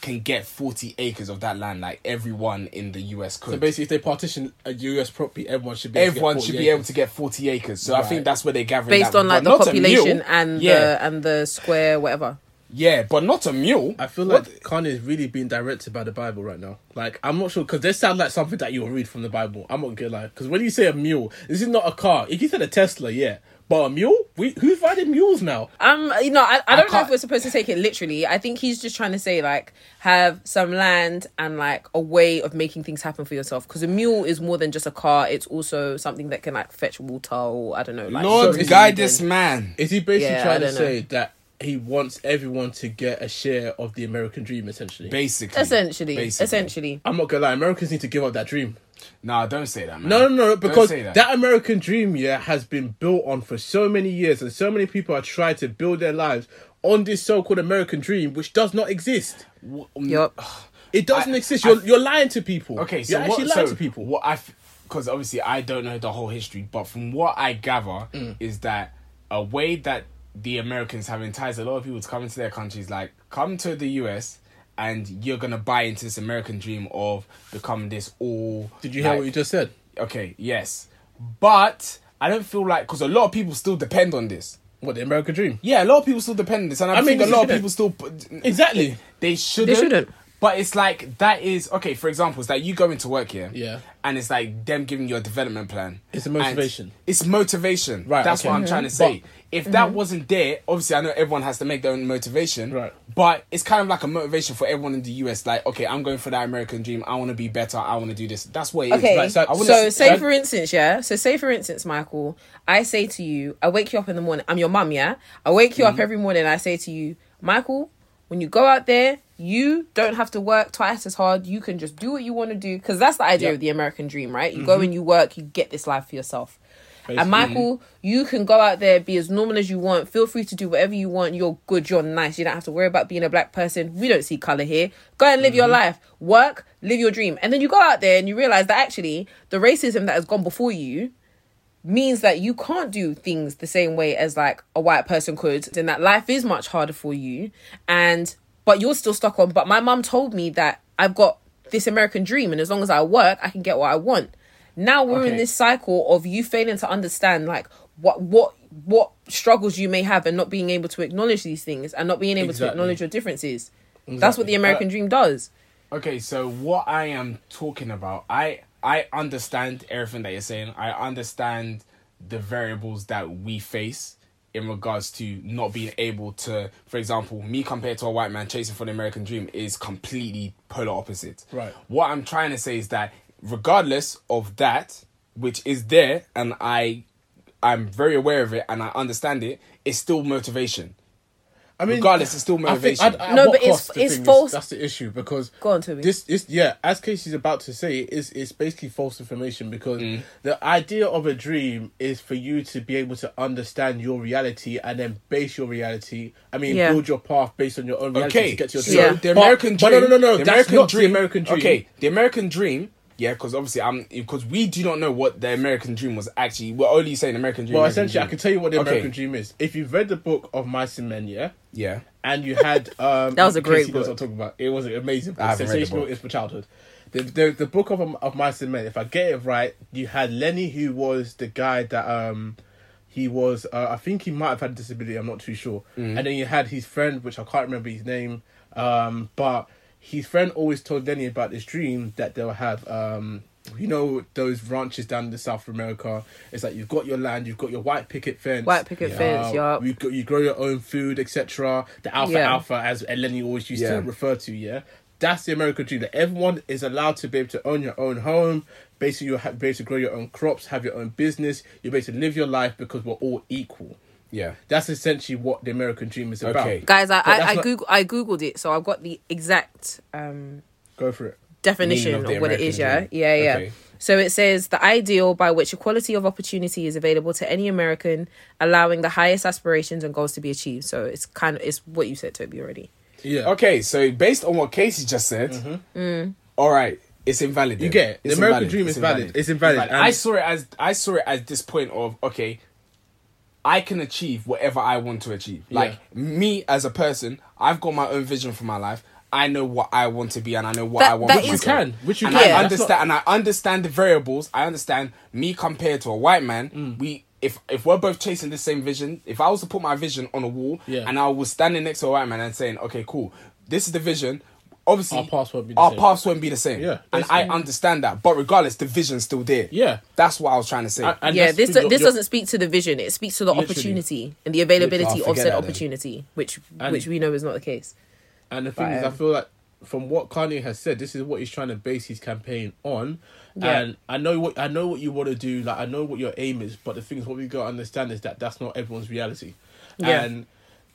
A: can get forty acres of that land. Like everyone in the U.S. could.
B: So basically, if they partition a US property, everyone should be. able to get
A: Everyone
B: 40
A: should be able
B: acres.
A: to get forty acres, so I
B: Right.
A: think that's where they're gathering.
C: Based
A: that
C: on like
A: but
C: the
A: not a mule.
C: population and
A: yeah,
C: the and the square, whatever.
A: yeah, but not a mule.
B: I feel
A: What-
B: like Kanye is really being directed by the Bible right now. Like, I'm not sure because this sounds like something that you'll read from the Bible. I'm not gonna lie. Because when you say a mule, this is not a car. If you said a Tesla, yeah, but a mule, we who's riding mules now?
C: Um, you know, I, I don't know if
A: can't-
C: we're supposed to take it literally. I think he's just trying to say like have some land and like a way of making things happen for yourself. Because a mule is more than just a car; it's also something that can like fetch water or I don't know. Like,
A: Lord,
C: food
A: guide
C: and-
A: this man.
B: Is he basically
C: Yeah, I
B: trying to
C: don't know.
B: say that he wants everyone to get a share of the American dream, essentially?
A: Basically,
C: Essentially,
A: Basically.
C: essentially,
B: I'm not gonna lie. Americans need to give up that dream.
A: Nah, don't say that, man.
B: No, no, no,
A: Don't
B: because
A: say
B: that. American dream, yeah, has been built on for so many years, and so many people are trying to build their lives on this so-called American dream, which does not exist.
A: W-
C: Yup.
A: oh,
B: It doesn't
A: I-
B: exist.
A: I-
B: You're, you're lying to people.
A: Okay, so
B: you're
A: what,
B: actually lying
A: so
B: to people.
A: What I, because obviously I don't know the whole history, but from what I gather
B: Mm.
A: is that a way that the Americans have enticed a lot of people to come into their countries, like come to the US. And you're gonna buy into this American dream of becoming this all.
B: Did you hear
A: like,
B: what you just said?
A: Okay, yes, but I don't feel like because a lot of people still depend on this.
B: What the American dream?
A: Yeah, a lot of people still depend on this, and I,
B: I mean,
A: think a
B: they
A: lot of
B: shouldn't.
A: people still put-
B: Exactly.
A: They shouldn't.
C: shouldn't.
A: But it's like that is okay. For example, it's like you go into work here,
B: Yeah.
A: and it's like them giving you a development plan.
B: It's a
A: And
B: motivation.
A: it's motivation.
B: Right,
A: Right. That's
B: okay.
A: what I'm
B: Mhm.
A: trying to say. if that wasn't there, obviously I know everyone has to make their own motivation.
B: Right.
A: But it's kind of like a motivation for everyone in the US. Like, okay, I'm going for that American dream. I want to be better. I want to do this. That's what it is.
C: Okay,
B: Right, so-
C: so,
B: I wouldn't s-
C: say
B: I-
C: for instance, yeah. So say for instance, Michael, I say to you, I wake you up in the morning. I'm your mum, yeah. I wake
B: Mm-hmm.
C: you up every morning. and I say to you, Michael, when you go out there, you don't have to work twice as hard. You can just do what you want to do because that's the idea
B: Yeah.
C: of the American dream, right? You go
B: Mm-hmm.
C: and you work, you get this life for yourself.
B: Basically.
C: And Michael, you can go out there, be as normal as you want. Feel free to do whatever you want. You're good. You're nice. You don't have to worry about being a black person. We don't see color here. Go and live your life. Work, live your dream. And then you go out there and you realize that actually the racism that has gone before you means that you can't do things the same way as like a white person could and that life is much harder for you and but you're still stuck on but my mum told me that I've got this American dream and as long as I work I can get what I want. Now we're in
A: Okay.
C: this cycle of you failing to understand like what what what struggles you may have and not being able to acknowledge these things and not being able
B: Exactly.
C: to acknowledge your differences. That's what the American
B: Uh,
C: dream does.
A: Okay, so what I am talking about, I I understand everything that you're saying. I understand the variables that we face in regards to not being able to, for example, me compared to a white man chasing for the American dream is completely polar opposite.
B: Right.
A: What I'm trying to say is that regardless of that, which is there and I I'm very aware of it and I understand it, it's still motivation.
B: I mean,
A: Regardless, it's still
B: I think-
A: motivation.
B: at- at
C: No,
B: what
C: but it's-
B: cost, the
C: it's
B: thing is,
C: false-
B: that's the issue because
C: Go on, Toby.
B: This is yeah, as Casey's about to say, is it's basically false information because
A: Mm.
B: the idea of a dream is for you to be able to understand your reality and then base your reality. I mean,
C: Yeah.
B: build your path based on your own reality
A: Okay,
B: to get to your
A: so
B: dream.
C: Yeah.
A: the
B: But-
A: American
B: but
A: dream.
B: no, no, no, no.
A: the
B: that's
A: American
B: not
A: dream.
B: the American dream.
A: Okay, the American dream. Yeah, because obviously I'm because we do not know what the American dream was actually. We're only saying American dream.
B: Well,
A: American
B: essentially, I
A: dream.
B: can tell you what the
A: Okay.
B: American dream is. If you've read the book of Mice and Men, yeah,
A: Yeah.
B: and you
C: [laughs]
B: had um,
C: That was a
B: in case
C: great
B: he knows
C: book.
B: What I'm talking about it was an amazing
A: I
B: book.
A: haven't read the
B: Sensational
A: book.
B: is for childhood. The, the the book of of mice and men. If I get it right, you had Lenny, who was the guy that um he was. Uh, I think he might have had a disability. I'm not too sure.
A: Mm.
B: And then you had his friend, which I can't remember his name. Um, but his friend always told Lenny about this dream that they'll have um you know those ranches down in the South of America. It's like you've got your land, you've got your white picket fence,
C: White picket Yeah. fence, yup.
B: You go, you grow your own food, etc. The alpha
C: Yeah.
B: alpha, as Eleni always used
A: Yeah.
B: to refer to. Yeah, that's the American dream. That everyone is allowed to be able to own your own home. Basically, you're ha- be able to grow your own crops, have your own business. You're able to live your life because we're all equal.
A: Yeah.
B: That's essentially what the American dream is about.
A: Okay.
C: Guys, I
B: But
C: I,
B: that's
C: I,
B: not-
C: Google, I googled it, so I've got the exact um,
B: Go for it.
C: definition
A: Meaning
C: of,
A: of the
C: what it
A: American
C: is. Yeah,
A: dream.
C: yeah, yeah.
A: Okay.
C: So it says the ideal by which equality of opportunity is available to any American, allowing the highest aspirations and goals to be achieved. So it's kind of it's what you said, Toby, already.
B: Yeah. Mm-hmm. Mm.
A: Okay, so based on what Casey just said, all right, it's invalid. then.
B: You get it. The
A: It's
B: American dream is valid. It's invalid. And-
A: I saw it as I saw it as this point of okay, I can achieve whatever I want to achieve. Like me as a person, I've got my own vision for my life. I know what I want to be, and I know what
C: That-
A: I want.
C: that
A: for myself.
C: is-
B: Which you can, which you
A: and
C: can.
A: I
C: That's
A: understand,
B: not-
A: and I understand the variables. I understand me compared to a white man.
B: Mm.
A: We. If, if we're both chasing the same vision, if I was to put my vision on a wall
B: Yeah.
A: and I was standing next to a white man and saying, okay, cool, this is the vision, obviously
B: Our paths won't be the
A: our
B: same.
A: paths won't be the same.
B: Yeah,
A: and I understand that, but regardless, the vision's still there.
B: Yeah.
A: that's what I was trying to say.
B: And
C: yeah,
B: that's
C: this
B: through your-
C: this
B: your-
C: doesn't speak to the vision. It speaks to the
B: Literally.
C: opportunity and the
A: I'll
C: availability of
A: Oh, forget
C: said
A: that then.
C: opportunity, which
B: And-
C: which we know is not the case.
B: And the thing is, I
C: um,
B: feel like from what Kanye has said, this is what he's trying to base his campaign on.
C: Yeah.
B: And I know what I know what you want to do. Like I know what your aim is, but the thing is, what we gotta understand is that that's not everyone's reality.
C: Yeah.
B: And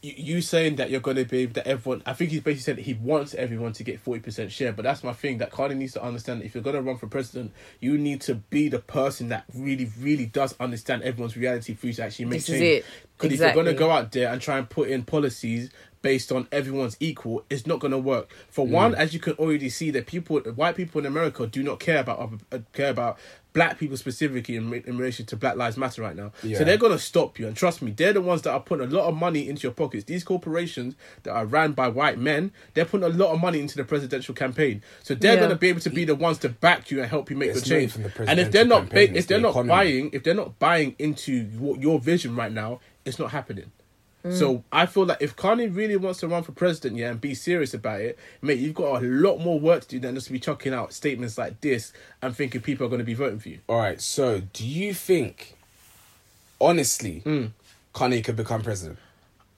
B: you, you saying that you're gonna be that everyone. I think he's basically said he wants everyone to get forty percent share. But that's my thing. That Kanye needs to understand that if you're gonna run for president, you need to be the person that really, really does understand everyone's reality for you to actually make
C: This is
B: change.
C: it.
B: Because if you're gonna
C: Exactly.
B: go out there and try and put in policies based on everyone's equal, it's not going to work. For one, as you can already see, that people, white people in America, do not care about other, uh, care about black people specifically in, re- in relation to Black Lives Matter right now.
A: Yeah.
B: So they're going to stop you. And trust me, they're the ones that are putting a lot of money into your pockets. These corporations that are ran by white men, they're putting a lot of money into the presidential campaign. So they're
C: Yeah.
B: going to be able to be the ones to back you and help you make
A: It's
B: the
A: not
B: change.
A: even the
B: and if they're
A: presidential
B: not, ba-
A: campaign,
B: if
A: it's
B: they're
A: the
B: not
A: economy.
B: buying buying- if they're not buying into what your vision right now, it's not happening. So I feel like if Kanye really wants to run for president, yeah, and be serious about it, mate, you've got a lot more work to do than just be chucking out statements like this and thinking people are going to be voting for you.
A: All right, so do you think, honestly,
B: Hmm.
A: Kanye could become president?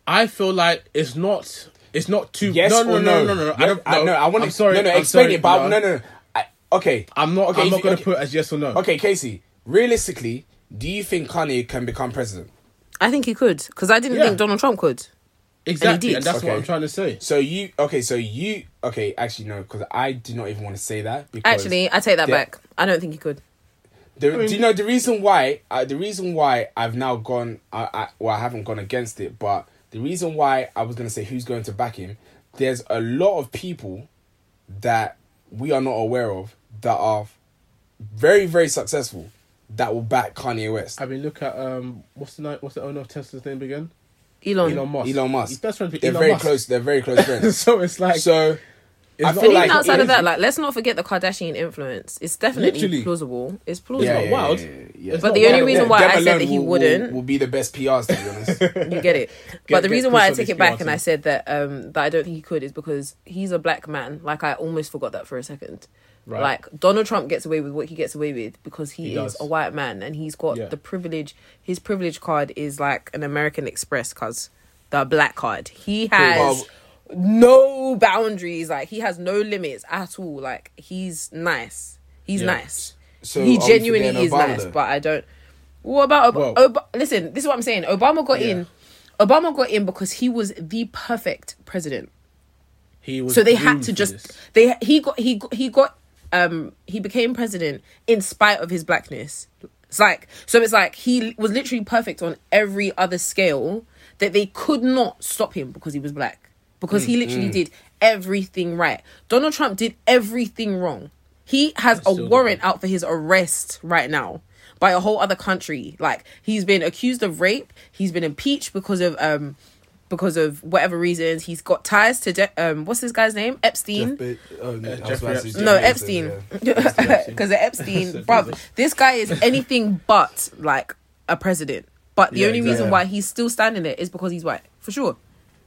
B: I feel like it's not, it's not too.
A: Yes
B: no, no,
A: or
B: no, no, no, no. I don't.
A: I, no, I want
B: I'm sorry.
A: No, no,
B: I'm
A: explain
B: sorry,
A: it, but no, no. no. I, okay,
B: I'm not.
A: Okay,
B: I'm
A: if
B: not
A: you-
B: going to
A: okay,
B: put it as yes or no.
A: Okay, Casey. Realistically, do you think Kanye can become president?
C: I think he could because I didn't
B: Yeah.
C: think Donald Trump could.
B: exactly,
C: did.
B: and, that's what
A: Okay.
B: I'm trying to say.
A: So you okay? So you okay? Actually, no, because I do not even want to say that. Because
C: Actually, I take that
A: Yeah.
C: back. I don't think he could.
A: The, do you know the reason why? Uh, the reason why I've now gone, I, I, well, I haven't gone against it, but the reason why I was going to say who's going to back him, there's a lot of people that we are not aware of that are very, very successful that will back Kanye West.
B: I mean, look at um, what's the ni- what's the owner of Tesla's name again?
C: Elon.
B: Elon Musk.
A: Elon Musk.
B: His best friend.
A: They're
B: Elon
A: very
B: Musk.
A: close. They're very
B: [laughs]
A: close friends.
B: so it's like
A: so, I
B: not-
A: feel
C: And
A: like
C: even outside
A: it
C: of that,
A: is-
C: like let's not forget the Kardashian influence. It's definitely
B: Literally.
C: plausible. It's
A: yeah,
C: plausible.
A: yeah,
B: wild.
A: yeah, yeah, yeah.
B: It's
C: But
B: not
C: the only
B: wild.
C: reason
A: Them-
C: why
A: them
C: I said
A: alone
C: that he
A: will- will-
C: wouldn't-
A: will be the best PRs to be
C: [laughs]
A: honest.
C: You get it. but
B: [laughs]
C: the
B: get
C: reason why I
B: Chris on
C: take
B: this
C: it back
B: PR
C: and I
B: team.
C: said that um that I don't think he could is because he's a black man. Like I almost forgot that for a second.
B: Right.
C: Like Donald Trump gets away with what he gets away with because he,
B: He
C: is
B: does.
C: a white man and he's got
B: Yeah.
C: the privilege. His privilege card is like an American Express cuz the black card. He has no boundaries. Like he has no limits at all. Like he's nice. He's
B: Yeah.
C: nice.
A: So
C: he
A: are we
C: genuinely
A: forgetting
C: is
A: Obama
C: nice,
A: though?
C: but I don't. What about Ob-
B: Well-
C: Ob- listen? This is what I'm saying. Obama got
B: Yeah.
C: in. Obama got in because he was the perfect president.
B: he was
C: So they
B: doomed
C: had
B: for
C: to just
B: this.
C: they he got he got- he got um he became president in spite of his blackness. It's like so it's like he was literally perfect on every other scale that they could not stop him because he was black because
A: Mm,
C: he literally did everything right. Donald Trump did everything wrong. He has a
B: still
C: warrant out for his arrest right now by a whole other country. Like he's been accused of rape. He's been impeached because of um because of whatever reasons. He's got ties to de- um what's this guy's name Epstein.
A: Jeff Be- oh, no, I was
B: Jeffrey
A: about to say
B: Epstein.
A: Jeff
C: no,
A: Bezos,
C: Epstein.
A: yeah.
C: [laughs] Because of
A: [laughs]
C: Epstein, bruv, this guy is anything but like a president. But the
B: Yeah,
C: only reason
B: exactly.
C: why he's still standing there is because he's white, for sure.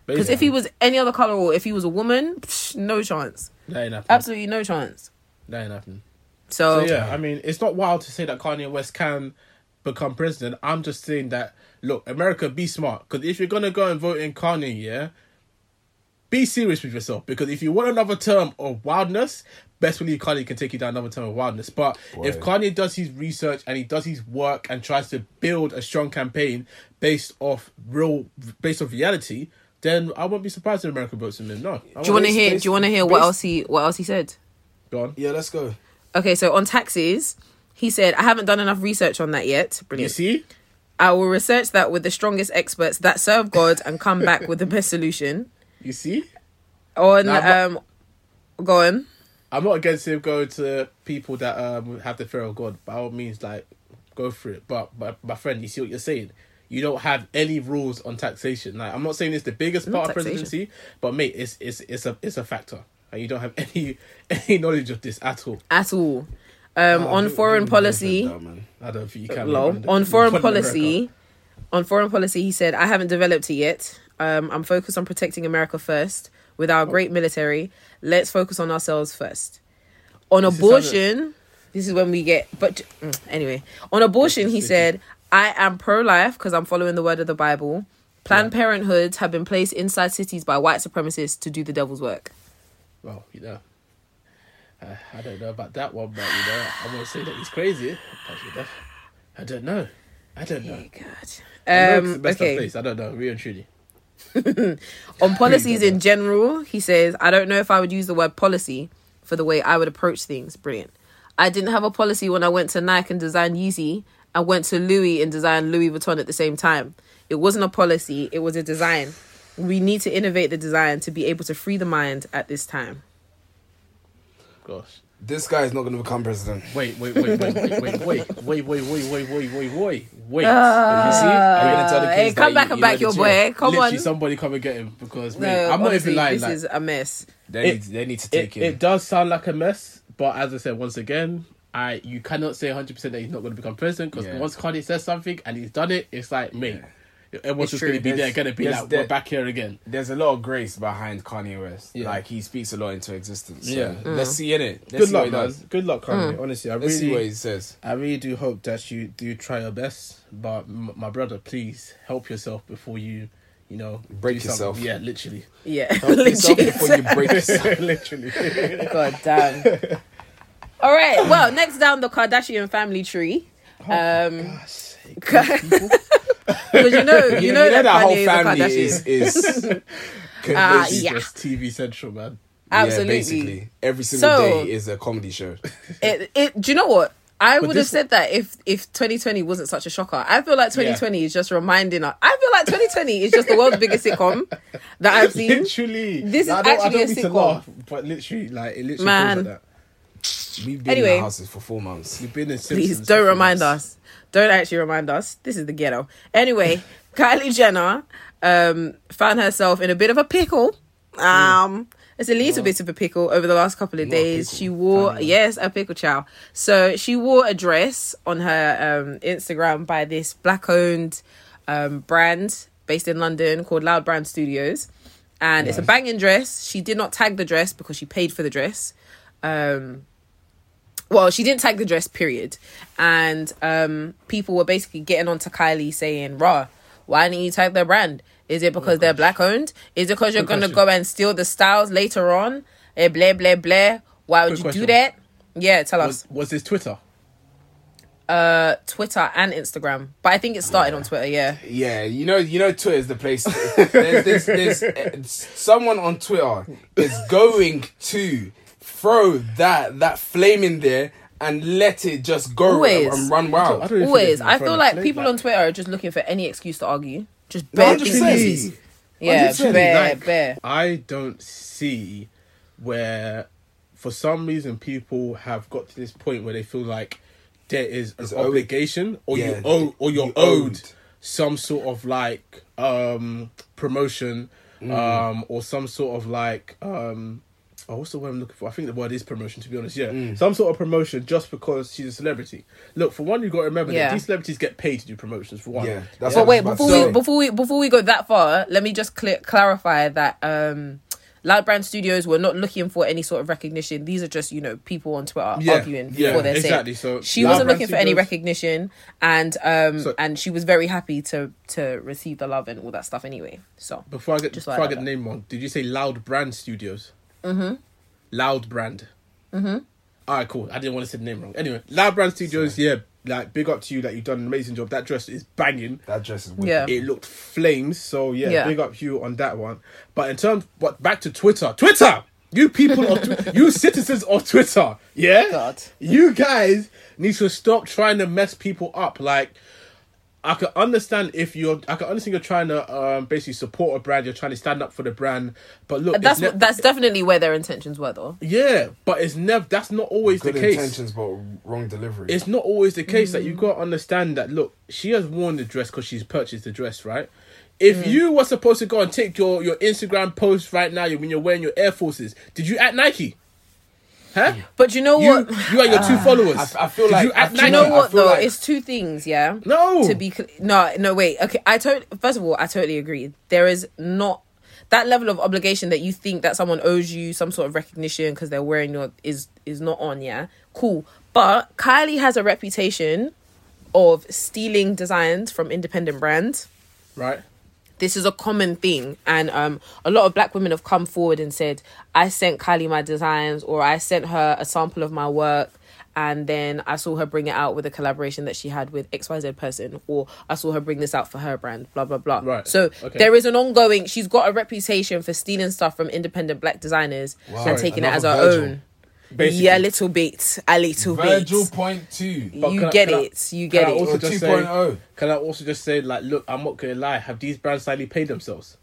C: Because if
B: Basically.
C: he was any other color or if he was a woman, psh, no chance.
B: That ain't happening.
C: Absolutely no chance.
B: That ain't happening.
C: So,
B: So yeah, I mean, it's not wild to say that Kanye West can become president. I'm just saying that look, America, be smart because if you're gonna go and vote in Kanye, yeah, be serious with yourself because if you want another term of wildness, best believe Kanye can take you down another term of wildness. But if Kanye does his research and he does his work and tries to build a strong campaign based off real, based off reality. Then I won't be surprised if America votes him in. No, I
C: do you
B: won't.
C: want to
D: Based-
C: hear?
D: based-
C: Do you want to hear what
D: based-
C: else he what else he said?
B: Go on.
D: Yeah, let's go.
C: Okay, so on taxes, he said, "I haven't done enough research on that yet."
B: You
C: Brilliant.
B: see,
C: I will research that with the strongest experts that serve God and come back with the best solution.
B: you see.
C: On
B: Nah,
C: um, go on.
B: I'm not against him going to people that um have the fear of God. By all means, like go for it. But but my friend, you see what you're saying. You don't have any rules on taxation. Like I'm not saying it's the biggest
C: Not
B: part of
C: taxation.
B: presidency, but mate, it's it's it's a it's a factor. And you don't have [laughs] any any knowledge of this at all.
C: at all. Um, on foreign policy,
B: I don't think you can.
C: lol.
B: [laughs] man.
C: On foreign
B: You're from America.
C: policy, on foreign policy, he said, "I haven't developed it yet. Um, I'm focused on protecting America first with our great military. Let's focus on ourselves first. On abortion, this is when we get. But mm, anyway, on abortion, he said, "I am pro-life because I'm following the word of the Bible." Planned Parenthoods have been placed inside cities by white supremacists to do the devil's work.
B: Well, you know. Uh, I don't know about that one, but you know, I'm gonna say that he's crazy. But, you know, I don't know. I don't know.
C: God.
B: America's the
C: Um,
B: best of
C: okay.
B: place. I don't know, real and truly.
C: on policies in general, he says, I don't know if I would use the word policy for the way I would approach things. Brilliant. I didn't have a policy when I went to Nike and designed Yeezy. I went to Louis and designed Louis Vuitton at the same time. It wasn't a policy, it was a design. We need to innovate the design to be able to free the mind at this time.
B: Gosh.
D: This guy is not going to become president.
B: Wait, wait, wait, wait, wait, wait, wait, wait, wait, wait, wait, wait, wait, wait,
D: You
B: wait.
D: see? Are you gonna tell the
C: Uh, hey,
D: kids
C: come
D: that
C: back and back
D: know
C: your
D: the
C: boy.
D: truth?
C: Come
B: Literally,
C: on.
B: somebody come and get him because
C: No,
B: man, I'm not
C: honestly,
B: even lying.
C: This
B: Like,
C: is a mess.
D: They,
B: It-
D: need, they need to
B: it,
D: take him.
B: it does sound like a mess, but as I said once again, I you cannot say 100 percent that he's not going to become president because
D: Yeah.
B: once Kanye says something and he's done it, it's like mate, everyone's
C: It's
B: just going to
C: true.
B: be there,
D: There's-
B: going to be
D: there's
B: like
D: that-
B: we're back here again.
D: There's a lot of grace behind Kanye West.
B: Yeah.
D: Like he speaks a lot into existence. So
B: Yeah.
D: Let's
C: Mm.
D: see in it. Let's
B: Good
D: see what
B: luck,
D: he
B: man. Hmm.
D: does.
B: Good luck, Kanye. Honestly, I
D: Let's see what
B: really,
D: he
C: [laughs]
D: says.
B: I really do hope that you do try your best. But m- my brother, please help yourself before you, you know,
D: Break
B: do
D: yourself.
B: something. Yeah,
C: [laughs]
B: literally. [laughs]
C: Yeah.
D: Help
C: [laughs]
D: yourself
C: legit.
D: before you break [laughs] yourself.
B: literally. [laughs]
C: God damn. All right. Well, next down the Kardashian family tree. Um, [laughs] because [laughs] you know, you, know that,
D: that whole
C: Kanye
D: family
C: is a
D: is
C: Kardashian.
D: [laughs] is
C: Ah,
D: is-
C: yeah.
B: Just TV Central, man.
D: Yeah,
C: [laughs] Absolutely.
D: basically, every single
C: So-
D: day is a comedy show.
C: It, it, do you know what? I would have
B: this-
C: said that if if 2020 wasn't such a shocker. I feel like 2020 is just reminding us. I feel like 2020 is just the world's biggest sitcom that [laughs] I've [laughs] seen.
B: Literally,
C: This is
B: I don't, I
C: actually
B: don't
C: a
B: mean to
C: sitcom.
B: laugh, but literally, like it literally
C: Man.
B: feels like that.
D: We've been in
C: Anyway.
D: our houses for four months.
B: We've been in.
C: Please
B: Simpsons
C: don't
B: for
C: remind
B: months.
C: us. Don't actually remind us. This is the ghetto.
D: [laughs]
C: Anyway, Kylie Jenner um, found herself in a bit of a pickle.
D: Hmm.
C: Um, it's a little bit of a pickle over the last couple of
D: a
C: days.
D: pickle.
C: She wore yes, a pickle chow. So she wore a dress on her um, Instagram by this black-owned um, brand based in London called Loud Brand Studios, and it's a banging dress. She did not tag the dress because she paid for the dress. Um, well, she didn't tag the dress, period. And um, people were basically getting onto Kylie saying, Raw, why didn't you tag their brand? Is it because they're black owned? Is it because you're going to
B: question.
C: go and steal the styles later on? Eh, blah, blah, blah. Why would
B: Quick
C: you
B: question.
C: do that? Yeah, tell
B: Was,
C: us.
B: was this Twitter?
C: Twitter and Instagram. But I think it started on Twitter, yeah.
D: Yeah, you know, you know, Twitter is the place. There's this,
C: [laughs]
D: there's uh, someone on Twitter is going to throw that that flame in there and let it just go
C: Always.
D: and run
B: I
D: wild.
B: don't even
C: Always.
B: think it's
C: I
B: been
C: feel
B: thrown
C: like
B: out.
C: people on Twitter are just looking for any excuse to argue. Just
D: No,
C: bare
D: 100%.
C: excuses. Yeah,
B: Honestly,
C: bare,
B: like,
C: bare.
B: I don't see where, for some reason, people have got to this point where they feel like there is an
D: owed.
B: obligation, or
D: Yeah,
B: you owe, or you're
D: you
B: owed,
D: owed.
B: some sort of like um promotion,
D: Mm.
B: um, or some sort of like um. Oh, what's the word I'm looking for? I think the word is promotion, to be honest. Yeah.
D: Mm.
B: Some sort of promotion just because she's a celebrity. Look, for one, you've got to remember
C: Yeah.
B: that these celebrities get paid to do promotions, for one.
D: Yeah, that's
C: But
D: what I was
C: wait,
D: about to
C: before
D: say.
C: we before we before we go that far, let me just clear, clarify that um Loudbrand Studios were not looking for any sort of recognition. These are just you know people on Twitter
B: Yeah,
C: arguing
B: yeah,
C: for their
B: exactly.
C: sake.
B: So
C: she wasn't
B: Loudbrand
C: looking for any
B: Studios-
C: recognition, and um
B: So-
C: and she was very happy to to receive the love and all that stuff anyway. So
B: Before I get
C: Just
B: before
C: like
B: I
C: that.
B: get the name wrong, did you say Loud Brand Studios? Mm-hmm. Loud Brand. Mm-hmm. Alright, cool. I didn't want to say the name wrong. Anyway, Loud Brand Studios, yeah, like big up to you that you've done an amazing job. That dress is banging.
A: That dress is wicked.
C: Yeah.
B: It looked flames, so yeah,
C: Yeah.
B: big up you on that one. But in terms, but back to Twitter, Twitter, you people, of Twi-
C: [laughs]
B: you citizens of Twitter, yeah,
C: God.
B: you guys need to stop trying to mess people up. Like, I can understand if you're, I can understand you're trying to um, basically support a brand, you're trying to stand up for the brand, but look,
C: that's
B: it's
C: what, that's definitely where their intentions were though.
B: yeah, but it's never. That's not always
A: Good
B: the case
A: intentions, but wrong delivery.
B: it's not always the case that
C: Mm.
B: you got to understand that look she has worn the dress because she's purchased the dress right if
C: Mm.
B: you were supposed to go and take your, your instagram post right now when you're wearing your air forces did you at nike huh
C: But you know
B: you,
C: what? Ah.
B: you and your two followers
A: I- I feel
B: Did
A: like-
B: you
A: I
B: at
A: feel
C: Do
B: nike
C: you know
A: I
C: what
A: feel
C: though?
A: like-
C: it's two things, yeah.
B: No.
C: To be cl- no, no. Wait. Okay. I totally. First of all, I totally agree. There is not that level of obligation that you think that someone owes you some sort of recognition because they're wearing your is is not on. Yeah. Cool. But Kylie has a reputation of stealing designs from independent brands
B: right
C: this is a common thing and um a lot of black women have come forward and said i sent kylie my designs or i sent her a sample of my work and then i saw her bring it out with a collaboration that she had with xyz person or i saw her bring this out for her brand blah blah blah
B: Right.
C: so
B: Okay.
C: there is an ongoing she's got a reputation for stealing stuff from independent black designers and
A: Sorry,
C: taking it as
A: another
C: her
A: Virgil.
C: own
B: Basically.
C: yeah a little bit a little
A: Virgil
C: bit
A: point two.
B: But
C: you
B: can I-
C: get
B: can I-
C: it you get
B: can I
C: it
B: also
A: Or
B: just say
A: 2.0.
B: can i also just say like look i'm not gonna lie have these brands slightly paid themselves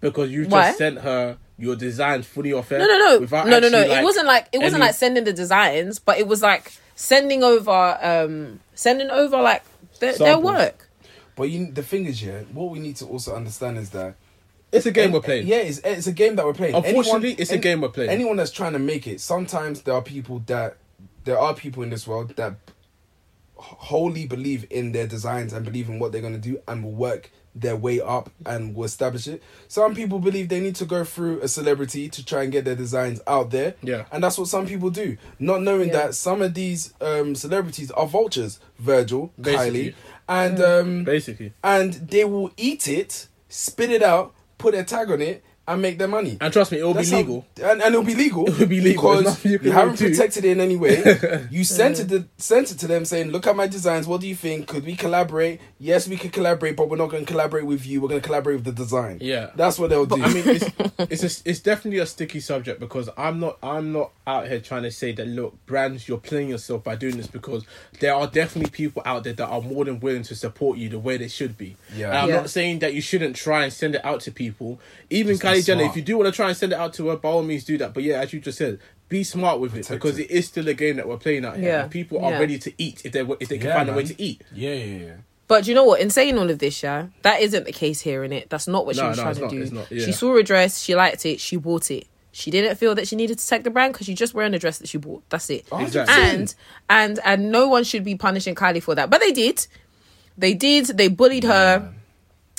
B: because you just
C: Why?
B: sent her your designs fully off air
C: No, no, no,
B: without
C: no, no, no.
B: actually,
C: it wasn't like it wasn't
B: any-
C: like sending the designs, but it was like sending over, um, sending over like their, their
B: Samples.
C: work.
A: But you, the thing is, yeah, what we need to also understand is that
B: it's a game we're playing
A: Yeah, it's, it's a game that we're playing.
B: Unfortunately, it's a
A: any-
B: game we're playing.
A: Anyone that's trying to make it, sometimes there are people that there are people in this world that wholly believe in their designs and believe in what they're going to do and will work their way up and will establish it. Some people believe they need to go through a celebrity to try and get their designs out there.
B: Yeah.
A: And that's what some people do, not knowing
C: Yeah.
A: that some of these um, celebrities are vultures, Virgil,
B: Basically.
A: Kylie, and um,
B: basically
A: and they will eat it, spit it out, put their tag on it, and make their money.
B: And trust me, it'll
A: That's
B: be
A: how-
B: legal.
A: and, and it'll be legal.
B: [laughs] It'll be legal. There's
A: because
B: nothing you
A: you,
B: can
A: haven't
B: do.
A: protected it in any
B: [laughs]
A: way. you sent it to, sent it to them saying, "Look at my designs. What do you think? Could we collaborate? Yes, we could collaborate, but we're not going to collaborate with you. We're going to collaborate with the design.
B: Yeah.
A: that's what they'll do.
B: I mean, it's it's, a, it's definitely a sticky subject because I'm not I'm not out here trying to say that look brands you're playing yourself by doing this because there are definitely people out there that are more than willing to support you the way they should be.
A: Yeah.
B: And I'm
C: Yeah.
B: not saying that you shouldn't try and send it out to people. Even
A: be
B: Kylie Jenner, if
A: smart.
B: you do want to try and send it out to her, by all means do that. But yeah, as you just said, be smart with it
A: Protect
B: because it
A: it.
B: is still a game that we're playing out here.
C: Yeah.
B: And people are
C: Yeah.
B: ready to eat if they if they can
A: Yeah,
B: find a way
A: man.
B: to eat.
A: yeah, yeah, yeah.
C: But you know what? In saying all of this, yeah, that isn't the case here, in it. That's not what she
B: No,
C: was
B: no,
C: trying
B: it's
C: to
B: not,
C: do.
B: it's not, yeah.
C: She saw a dress, she liked it, she bought it. She didn't feel that she needed to take the brand because she's just wearing a dress that she bought. That's it.
B: Oh, Exactly.
C: And and and no one should be punishing Kylie for that. But they did. They did. They bullied her.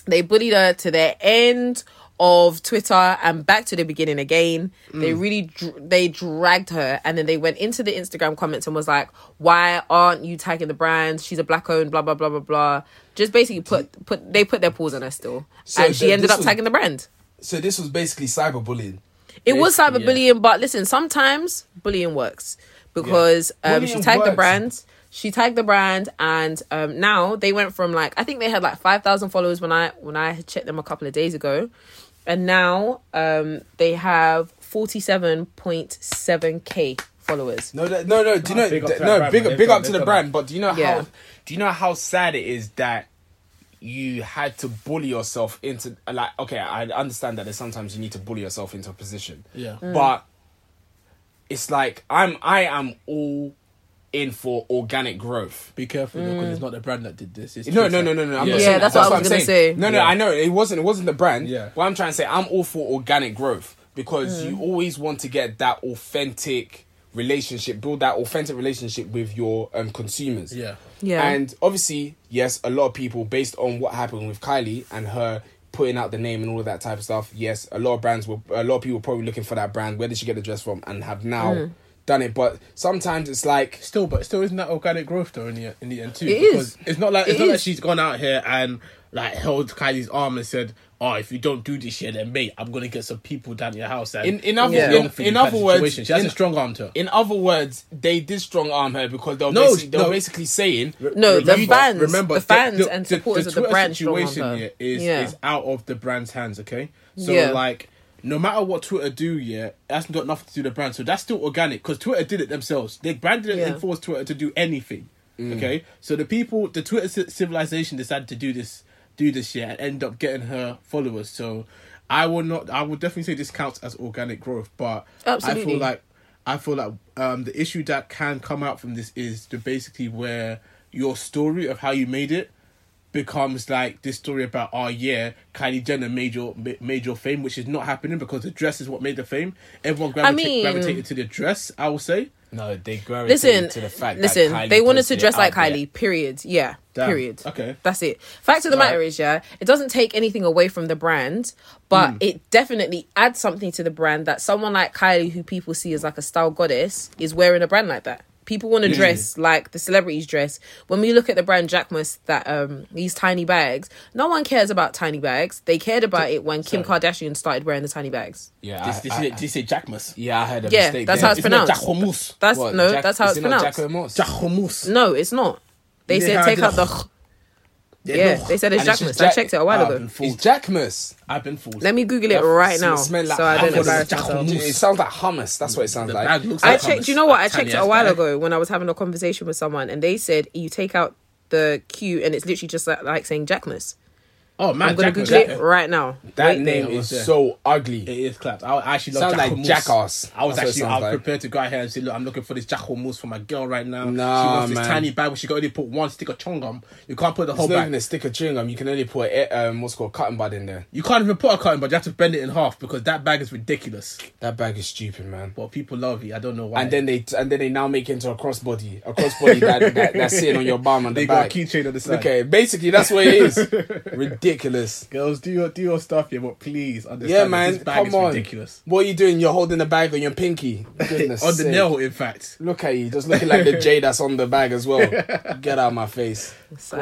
C: They bullied her to the end of Twitter and back to the beginning again. They
A: Mm.
C: really dr- they dragged her, and then they went into the Instagram comments and was like, "Why aren't you tagging the brand? She's a black owned, blah blah blah blah blah." Just basically put put they put their paws on her still,
A: So
C: and she
A: then
C: ended
A: this
C: up
A: was-
C: tagging the brand.
A: So this was basically cyberbullying.
C: It was
B: Basically,
C: cyberbullying, but listen, sometimes bullying works because um, she
A: Bullying
C: tagged the
A: works.
C: brand. She tagged the brand, and um, now they went from like I think they had like five thousand followers when I when I had checked them a couple of days ago, and now um, they have forty seven point seven k followers.
A: No, that, no, no. Do you know?
B: Oh, big up
A: th-
B: to that
A: no,
B: brand,
A: big,
B: man.
A: big
B: They've
A: up to
B: done-
A: the
B: they've
A: brand. But do you know
C: Yeah.
A: how? Do you know how sad it is that you had to bully yourself into like? Okay, I understand that there's sometimes you need to bully yourself into a position.
B: Yeah.
A: But it's like I'm. I am all in for organic growth.
B: Be careful because
E: Mm.
B: it's not the brand that did this. It's
A: No, no,
B: Twitter.
A: no, no, no. I'm
B: Yeah.
A: not
C: Yeah,
A: saying that.
C: that's what I
A: I'm
C: was gonna
A: saying.
C: say.
A: No, no,
B: Yeah.
A: I know it wasn't. It wasn't the brand.
B: Yeah.
A: What I'm trying to say, I'm all for organic growth because
C: Mm.
A: you always want to get that authentic relationship, build that authentic relationship with your um, consumers.
B: Yeah.
C: Yeah.
A: And obviously, yes, a lot of people based on what happened with Kylie and her putting out the name and all of that type of stuff. Yes, a lot of brands were, a lot of people were probably looking for that brand. Where did she get the dress from? And have now
C: Mm.
A: done it. But sometimes it's like
B: Still, but still, isn't that organic growth though? In the in the end, too,
C: It is.
B: It's not like it's
C: It
B: not like
C: is.
B: she's gone out here and like held Kylie's arm and said, "Oh, if you don't do this here, then mate, I'm gonna get some people down your house." And
E: In- in other-
B: it's wrong
E: in-
B: for you
E: in
B: kind of
E: other words,
B: situation." she has
E: in-
B: a strong arm to her.
E: In other words, they did strong arm her because they were,
B: No,
E: basically, they were
B: no.
E: basically saying
C: No, the fans, the
B: th-
C: fans and supporters of the
B: Twitter
C: brand strong on
B: situation
C: her.
B: here is
C: Yeah.
B: is out of the brand's hands. Okay, so
C: Yeah.
B: like. No matter what Twitter do, yeah, that's got nothing to do with the brand. So that's still organic because Twitter did it themselves. They brand didn't
C: Yeah.
B: enforce Twitter to do anything. Okay, so the people, the Twitter ci- civilization decided to do this, do this shit, and end up getting her followers. So I will not. I will definitely say this counts as organic growth, but
C: Oh,
B: I
C: Absolutely.
B: feel like I feel like um, the issue that can come out from this is the basically where your story of how you made it becomes like this story about oh yeah Kylie Jenner made your ma- made your fame which is not happening because the dress is what made the fame everyone gravita-
C: mean-
B: gravitated to the dress I will say
E: no, they gravitated
C: Listen,
E: to the fact
C: listen.
E: that Kylie
C: they wanted to
E: posted it
C: dress like
E: out there.
C: Kylie. Period. Yeah.
B: Damn.
C: Period.
B: Okay.
C: That's it. Fact of the matter
B: Alright.
C: is, yeah, it doesn't take anything away from the brand,
E: Hmm.
C: but it definitely adds something to the brand that someone like Kylie, who people see as like a style goddess, is wearing a brand like that. People want to dress like the celebrities dress. When we look at the brand Jacquemus, that um these tiny bags, no one cares about tiny bags. They cared about it when Kim Kardashian started wearing the tiny bags.
E: Yeah,
B: this,
E: I-
B: this,
E: I-
B: is, this is Jackmus
E: yeah, I heard a
C: Yeah,
E: mistake.
C: that's
E: there.
C: how it's
B: not
C: pronounced.
B: Jacquemus
C: That's
E: What,
C: no,
E: Jack-
C: that's how
E: is
C: it's
E: it not
C: pronounced.
E: Jacquemus?
B: Jacquemus
C: No, it's not. They
B: They
C: said
B: had
C: take out
B: the-
C: the. Yeah, they said it's
E: And it's just
C: Jackmus. I
E: Jack-
C: checked it a while
B: I've
C: ago.
B: been
A: it's
B: fooled
A: Jackmas.
B: I've been fooled
C: Let me Google it right
A: Sm-
C: now,
A: smell like
C: so I don't
A: hummus.
C: embarrass
B: Jack
C: myself.
B: Hummus.
A: It sounds like hummus. That's what it sounds
B: The
A: like.
B: bag looks
C: I
B: like
C: checked.
B: hummus.
C: You know what? I
B: Tiny
C: checked it a
B: ass
C: while
B: bag.
C: ago when I was having a conversation with someone, and they said you take out the Q, and it's literally just like, like saying Jackmas.
B: oh man
C: I'm gonna
B: Jackmus.
C: Google it right now.
A: that
C: Wait
A: name
B: there,
A: is
B: what's there?
A: so ugly.
B: It is clapped. I actually love
A: Sounds like
B: Jacquemus.
A: jackass.
B: I
A: That's what it
B: was actually
A: sounds
B: I was
A: like.
B: prepared to go ahead and say, look, I'm looking for this jackalmousse for my girl right now. she
A: Nah,
B: wants this
A: man.
B: tiny bag, but she can only put one stick of chewing gum. You can't put the whole
A: It's not
B: bag.
A: even a stick of chewing gum. You can only put a, um, what's called cotton bud in there.
B: You can't even put a cotton, but you have to bend it in half because that bag is ridiculous.
A: That bag is stupid, man.
B: But people love it. I don't know why.
A: And then they and then they now make it into a crossbody, a crossbody that, that
B: [laughs]
A: that's sitting on your bum and the
B: They got a
A: back.
B: keychain on the side.
A: Okay, basically that's what it
B: [laughs]
A: is. Ridiculous.
B: girls, do your do your stuff here, but please understand.
A: Yeah,
B: that
A: man.
B: this bag
A: come
B: is
A: on.
B: ridiculous.
A: What are you doing? You're holding the bag on your pinky. Goodness
B: [laughs] on the
A: sake.
B: nail, in fact.
A: Look at you, just looking like the J that's on the bag as
B: [laughs]
A: well. Get out of my face.
C: So,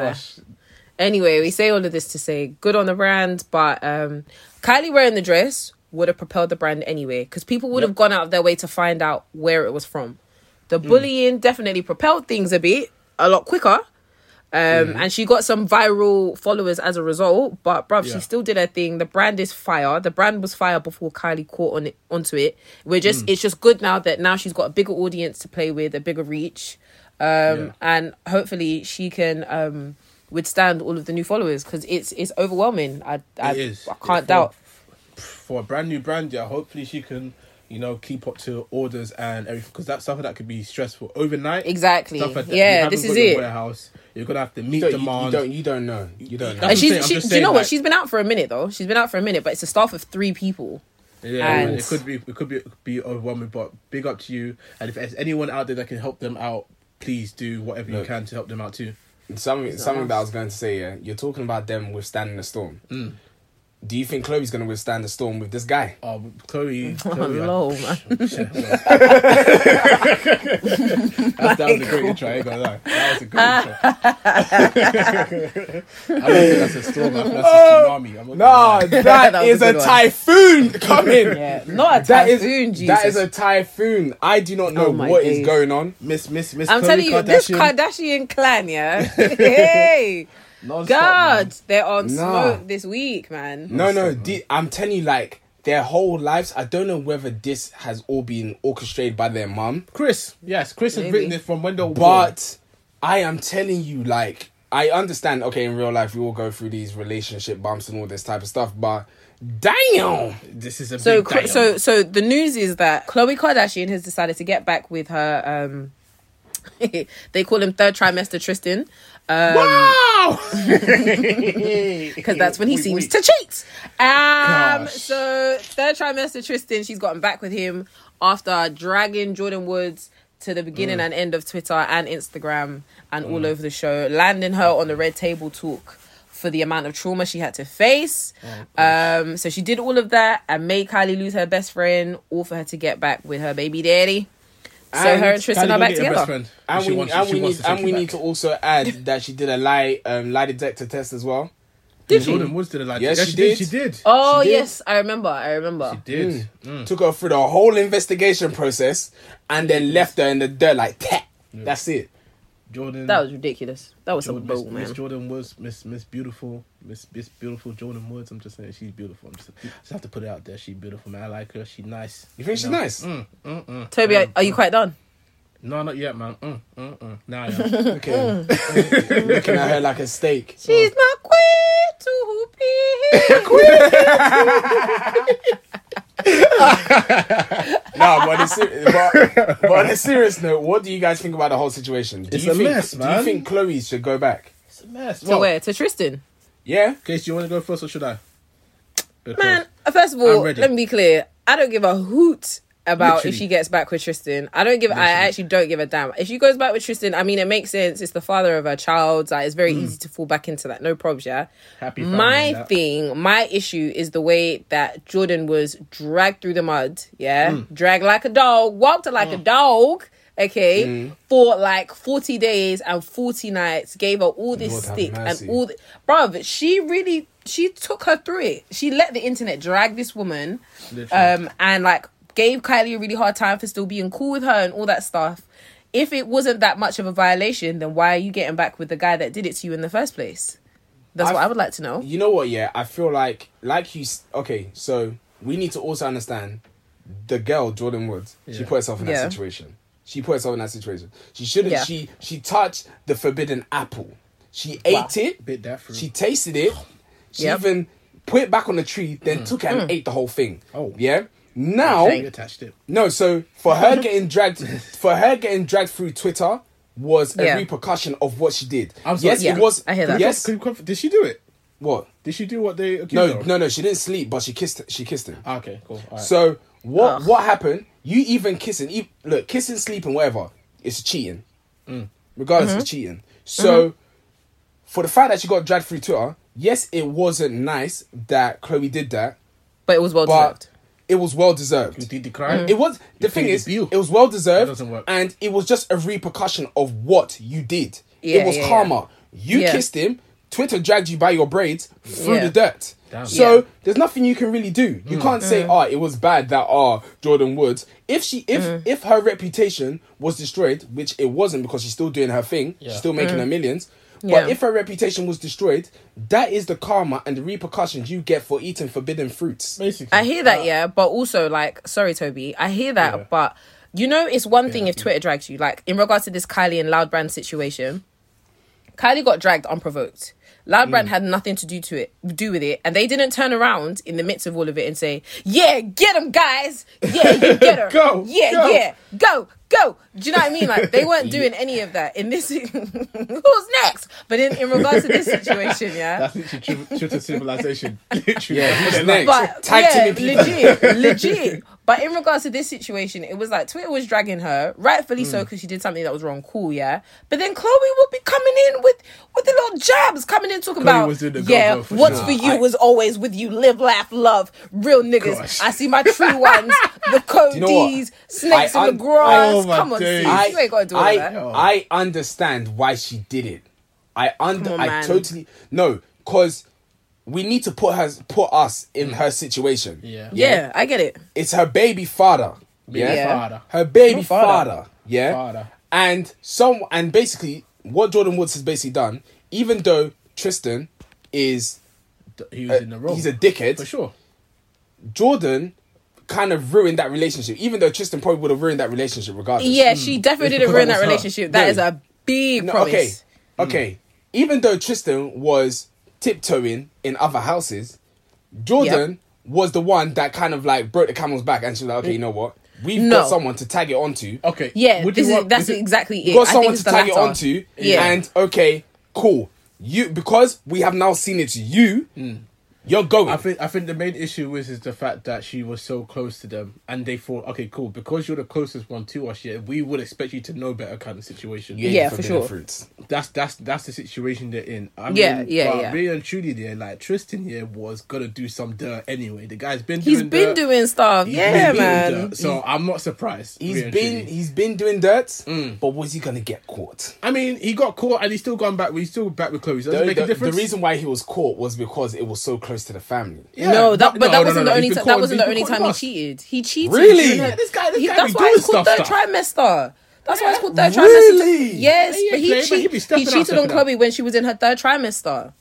C: anyway, we say all of this to say good on the brand, but um, Kylie wearing the dress would have propelled the brand anyway because people would have gone out of their way to find out where it was from. The bullying definitely propelled things a bit, a lot quicker. Um, And she got some viral followers as a result. But bruv,
B: Yeah.
C: she still did her thing. The brand is fire. The brand was fire before Kylie caught on it, onto it. We're just
B: Mm.
C: it's just good now that now she's got a bigger audience to play with, a bigger reach, um, and hopefully she can um, withstand all of the new followers because it's it's overwhelming. I I,
B: It is.
C: I can't
B: For-
C: doubt.
B: for a brand new brand. Yeah, hopefully she can. You know, keep up to orders and everything because that's something that could be stressful overnight.
C: Exactly.
B: stuff like that. You
C: Yeah,
B: haven't
C: this
B: got
C: is
B: your
C: it.
B: Warehouse. You're gonna have to meet
A: You don't, you, you
B: demand.
A: don't. You don't know. You don't know.
B: I'm
C: And
B: just
C: she's,
B: saying- I'm just
C: she, do you
B: saying,
C: know what?
B: like-
C: She's been out for a minute though. She's been out for a minute, but it's a staff of three people.
B: yeah,
C: and-
B: it could be it could be it could be overwhelming, but big up to you. And if there's anyone out there that can help them out, please do whatever you
A: Look.
B: can to help them out too.
A: Something, something that I was going to say. Yeah, you're talking about them withstanding the storm.
B: Mm.
A: Do you think Chloe's going to withstand the storm with this guy?
B: Uh,
C: [laughs]
B: Chloe,
C: Oh,
B: Chloe I-
C: lol,
B: [laughs]
C: man.
B: Shit, well. That's- that was a great intro. I ain't gonna lie. That was a great intro.
C: [laughs]
B: I don't think that's a storm. I think that's a tsunami. I'm
A: No,
B: not
C: [laughs] That
A: that
C: was
A: is
C: a
A: a
C: good one.
A: typhoon coming.
C: [laughs] Yeah, not a
A: That is
C: typhoon, Jesus.
A: that is a typhoon. I do not know
C: Oh
A: what
C: my
A: is
C: days.
A: going on.
B: Miss Miss Miss.
C: I'm
B: Khloe
C: telling you, this Kardashian
B: [laughs]
C: clan, yeah. hey,
B: Non-stop,
C: God, they're on
A: Nah.
C: smoke this week, man.
A: No, no, the, I'm telling you, like their whole lives. I don't know whether this has all been orchestrated by their mum,
B: Chris. Yes, Chris has
C: Maybe.
B: written it from when they were born.
A: but I am telling you, like I understand. Okay, in real life, we all go through these relationship bumps and all this type of stuff, but damn.
B: this is a
C: So,
B: big
C: Kr-
B: damn.
C: so, so the news is that Khloe Kardashian has decided to get back with her. um [laughs] They call him third trimester Tristan. Um,
A: [laughs]
C: because that's when he seems to cheat. Um,
B: Gosh.
C: so third trimester Tristan, she's gotten back with him after dragging Jordan Woods to the
B: Mm.
C: beginning and end of Twitter and Instagram and all over the show, landing her on the red table talk for the amount of trauma she had to face.
B: Oh,
C: um, so she did all of that and made Kylie lose her best friend, all for her to get back with her baby daddy. So
A: And
C: her and Tristan
B: Kylie,
C: are
B: go
C: back
B: get your best
C: together.
B: friend.
A: And
B: She
A: we,
B: wants-
A: and
B: she
A: we
B: wants
A: need
B: take
A: and
B: you
A: we
B: back.
A: need to also add that she did a lie um lie detector test as well.
C: Did she?
B: Jordan Woods did a lie.
A: Yes,
B: yeah,
A: she
B: she did. Mm.
A: did.
B: She did.
C: Oh
A: She did.
C: yes, I remember. I remember.
B: She did.
A: Hmm. Took her through the whole investigation process and then left her in the dirt like that. That's it.
B: Jordan.
C: That was ridiculous. That was
B: Jordan,
C: a
B: Miss,
C: boat,
B: Miss
C: man.
B: Jordan Woods, Miss Miss Beautiful, Miss Miss Beautiful Jordan Woods. I'm just saying she's beautiful. I'm just, just have to put it out there. She's beautiful, man. I like her. She's nice.
A: You think she's
B: know?
A: nice?
B: Mm, mm, mm.
C: Toby, are, are you quite done?
B: No, not yet, man. Mm, mm, mm. Nah,
C: [laughs]
B: yeah.
A: Okay. [laughs] Looking at her like a steak.
C: She's my queen to
B: [laughs]
C: be.
A: No, but, on a ser- but, but on a serious note, what do you guys think about the whole situation? Do
B: It's
A: you
B: a
A: think,
B: mess,
A: Do you
B: man.
A: think Chloe should go back?
B: it's a mess.
C: to
B: Well,
C: where? To Tristan.
A: Yeah.
B: Case, do you want to go first or should I? Because-
C: Man, uh, first of all,
B: I'm ready.
C: let me be clear. I don't give a hoot about
B: Literally.
C: if she gets back with Tristan. I don't give. I actually don't give a damn. If she goes back with Tristan, I mean, it makes sense. It's the father of her child. Like, it's very
B: Mm.
C: easy to fall back into that. No probs, yeah.
B: Happy family,
C: My
B: that.
C: thing, my issue is the way that Jordan was dragged through the mud. Yeah, dragged like a dog, walked like a dog. Okay, for like forty days and forty nights, gave her all this
A: Lord have
C: stick
A: mercy.
C: and all. Th- Bruv, she really she took her through it. She let the internet drag this woman,
B: Literally.
C: um, and like gave Kylie a really hard time for still being cool with her and all that stuff. If it wasn't that much of a violation, then why are you getting back with the guy that did it to you in the first place? That's what
A: I've-
C: I would like to know.
A: You know what? Yeah, I feel like like you. s- Okay, so we need to also understand the girl Jordan Woods. She
B: Yeah.
A: put herself in that
C: Yeah.
A: situation. She put herself in that situation. She shouldn't.
C: Yeah.
A: She she touched the forbidden apple. She ate it.
B: Bit that fruit.
A: She tasted it. She
C: Yep. Mm.
A: even put it back on the tree. Then took it and ate the whole thing.
B: Mm. Oh.
A: yeah. Now
B: She attached it.
A: No, so for her
C: [laughs]
A: getting dragged, for her getting dragged through Twitter was a
C: Yeah.
A: repercussion of what she did.
B: I'm sorry.
A: yes,
C: Yeah,
A: it was.
C: I hear that.
A: Yes,
B: Could you conf- Did she do it?
A: what?
B: Did she do what they accused her
A: No,
B: of?
A: no, no. She didn't sleep, but she kissed. She kissed him.
B: Ah, Okay, cool. All right.
A: So what?
C: Ugh.
A: What happened? You even kissing? e look, kissing, sleeping, whatever. It's cheating. Mm. Regardless,
C: Mm-hmm.
A: it's cheating. So for the fact that she got dragged through Twitter, yes, it wasn't nice that Chloe did that,
C: But it was well
A: but
C: deserved.
A: it was well deserved.
B: You did the crime.
C: Mm.
A: It was the
B: Mm. You
A: thing
B: paid
A: is
B: the bill.
A: it was well
B: That
A: deserved
B: doesn't work.
A: and it was just a repercussion of what you did.
C: Yeah,
A: it was
C: yeah, yeah.
A: karma. You
C: Yeah.
A: kissed him, Twitter dragged you by your braids through
C: Yeah.
A: the dirt.
B: Damn. Mm.
A: So
C: Yeah. Mm.
A: there's nothing you can really do. You can't say, "Oh, it was bad that oh Jordan Woods." If she if
C: Mm.
A: if her reputation was destroyed, which it wasn't because she's still doing her thing,
B: Yeah.
A: she's still making her millions. But
C: Mm. Yeah.
A: if her reputation was destroyed, that is the karma and the repercussions you get for eating forbidden fruits.
B: basically,
C: I hear that, yeah, but also like, sorry, Toby, I hear that,
B: uh, Yeah.
C: but you know, it's one thing if Twitter drags you. Like in regards to this Kylie and Loudbrand situation, Kylie got dragged unprovoked. Loudbrand
B: Mm.
C: had nothing to do to it, do with it, and they didn't turn around in the midst of all of it and say, "Yeah, get them, guys! Yeah,
B: [laughs]
C: you get her!
B: Go,
C: yeah,
B: go."
C: yeah, go, go!" Do you know what I mean? Like
B: [laughs]
C: they weren't doing any of that in this. [laughs] who's next? But in, in regards to this situation, yeah,
B: That's literally tri- Twitter [laughs] civilization. literally.
A: Yeah, who's next?
C: but
A: Tag
C: yeah,
A: teaming people.
C: legit, legit. But in regards to this situation, it was like Twitter was dragging her, rightfully so, because she did something that was wrong. Cool, yeah. But then Chloe would be coming in with with the little jabs, coming in talking about,
B: was doing the
C: yeah,
B: go-go for
C: what's
B: sure.
C: for you is always with you. Live, laugh, love, real niggas.
B: Gosh.
C: I see my true ones, the Cody's,
A: you know what?
C: snakes
A: I
C: in
A: un-
C: the grass.
B: Oh my
C: Come on,
B: days.
C: sis.
B: I-
C: you ain't got to do all
A: I,
C: that.
A: I understand why she did it. I under
C: on,
A: I
C: man.
A: totally no, cause we need to put her put us in her situation.
B: Yeah.
C: yeah, I get it.
A: It's her baby father. Yeah.
C: Yeah.
B: father.
A: Her baby
C: Her father.
A: father. Yeah.
B: Father.
A: And some and basically what Jordan Woods has basically done, even though Tristan is
B: He was in the wrong.
A: he's a dickhead.
B: for sure.
A: Jordan kind of ruined that relationship, even though Tristan probably would have ruined that relationship regardless.
C: Yeah, she definitely
B: It's
C: didn't
B: because
C: ruin that
B: that was her.
C: relationship. That
A: No.
C: is a big
A: No,
C: promise.
A: okay,
C: Mm.
A: okay. Even though Tristan was tiptoeing in other houses, Jordan was the one that kind of like broke the camel's back, and she was like, "Okay, you know what? We've
C: Mm. No.
A: got someone to tag it onto.
B: Okay.
C: Yeah,
B: would you
C: this is
B: want-
C: that's
B: would you-
C: exactly it.
A: We've got
C: I
A: someone
C: think
A: to
C: it's the
A: tag it
C: latter.
A: onto,
C: Yeah. Mm.
A: and okay, cool. You because we have now seen it's you. You're going.
B: I think I think the main issue was is the fact that she was so close to them, and they thought, okay, cool, because you're the closest one to us here, we would expect you to know better, kind of situation.
A: You ain't
C: Yeah, for
A: forbidden
C: sure.
A: Fruits.
B: that's that's that's the situation they're in. I
C: Yeah,
B: mean,
C: yeah,
B: but
C: yeah.
B: Really and truly, there, like Tristan here was gonna do some dirt anyway. The guy's been
C: He's
B: doing
C: been
B: dirt.
C: doing stuff.
B: He's been
C: yeah,
B: doing
C: man.
B: dirt, so I'm not surprised.
A: He's
B: really and
A: been
B: truly.
A: he's been doing dirt,
C: Mm.
A: but was he gonna get caught?
B: I mean, he got caught and he's still gone back. He's still back with Chloe. Does
A: The,
B: it make
A: the-
B: a
A: the
B: difference?
A: reason why he was caught was because it was so close to the family.
B: Yeah,
C: no, that, but,
B: no,
C: that
B: no,
C: wasn't
B: no,
C: the only
B: he's
C: time.
B: been
C: That
B: caught-
C: wasn't
B: he's
C: the only
B: been
C: time
B: caught
C: he
B: last.
C: cheated. He cheated.
A: Really?
B: Yeah, this guy- this
C: He-
B: guy
C: that's
B: be
C: why it's
B: doing stuff,
C: called third
B: stuff.
C: trimester. That's why it's called third
A: Really?
C: trimester. Yes,
B: Yeah, yeah,
C: but he,
B: Clay, but he
C: cheat-
B: be
C: he
B: stepping out,
C: cheated on
B: stepping Mm-hmm. out.
C: Chloe when she was in her third trimester.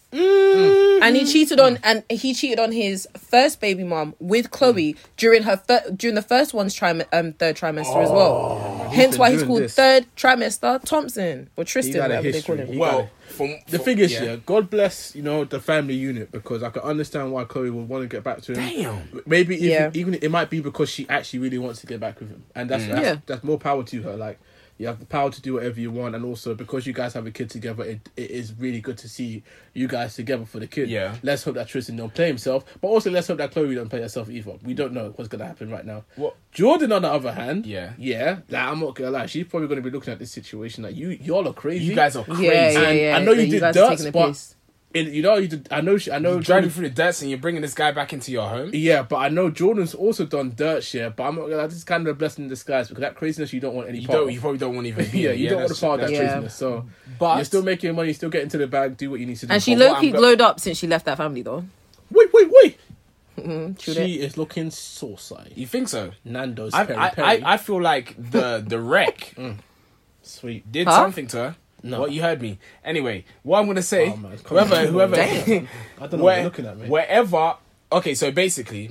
C: And he cheated on and he cheated on his first baby mom with Chloe
B: Mm.
C: during her fir- during the first one's trim- um, third trimester as well. Hence
B: Oh, been
C: why he's
B: doing
C: called
B: this.
C: third trimester Thompson or
B: He
C: Tristan,
B: got a
C: whatever they call
B: history. He
C: him.
B: got
A: Well,
B: a-
A: from
B: The
A: from-
B: thing is,
A: yeah.
B: yeah. God bless you know the family unit because I can understand why Chloe would want to get back to him. Damn. Maybe even,
C: Yeah.
B: even it might be because she actually really wants to get back with him, and
A: Mm.
B: that's that's,
C: Yeah.
B: that's more power to her. Like you have the power to do whatever you want, and also because you guys have a kid together, it, it is really good to see you guys together for the kid.
A: Yeah.
B: Let's hope that Tristan don't play himself, but also let's hope that Chloe don't play herself either. We don't know what's gonna happen right now.
A: What-
B: Jordan, on the other hand,
A: Yeah.
B: yeah, like, I'm not gonna lie, she's probably gonna be looking at this situation like you, y'all are crazy.
A: you guys are crazy.
C: Yeah, yeah,
B: And
C: yeah.
B: I know you
C: you
B: did
C: guys are
B: dirt,
C: taking the
B: but
C: piss.
B: it, you know you did. I know. She, I know.
A: You're driving
B: Jordan,
A: through the dirt and you're bringing this guy back into your home.
B: yeah, but I know Jordan's also done dirt shit. But I'm not gonna. lie, This is kind of a blessing in disguise because that craziness you don't want any
A: You
B: part.
A: don't.
B: of.
A: You probably don't want to even be.
B: yeah,
A: in it.
B: you don't want
A: that's-
B: to part of that
A: that's-
C: yeah.
B: craziness. So,
A: But-
B: but you're still making your money. You still get into the bag. Do what you need to do.
C: And she
B: But-
A: what
C: low key
A: I'm go-
C: glowed up since she left that family though.
B: Wait, wait, wait.
C: Chewed it.
B: She is looking saucy.
A: You think so?
B: Nando's
A: I,
B: peri
A: I,
B: peri.
A: I, I feel like
B: [laughs]
A: the the wreck
B: Sweet.
A: did
C: Huh?
A: something to her.
B: Mm. No.
A: What you heard me. Anyway, what I'm gonna say,
B: Oh, man, come
A: whoever,
B: on.
A: whoever, [laughs]
B: I
C: Damn.
B: don't know what
A: where,
B: you're looking at, mate.
A: wherever. Okay, so basically,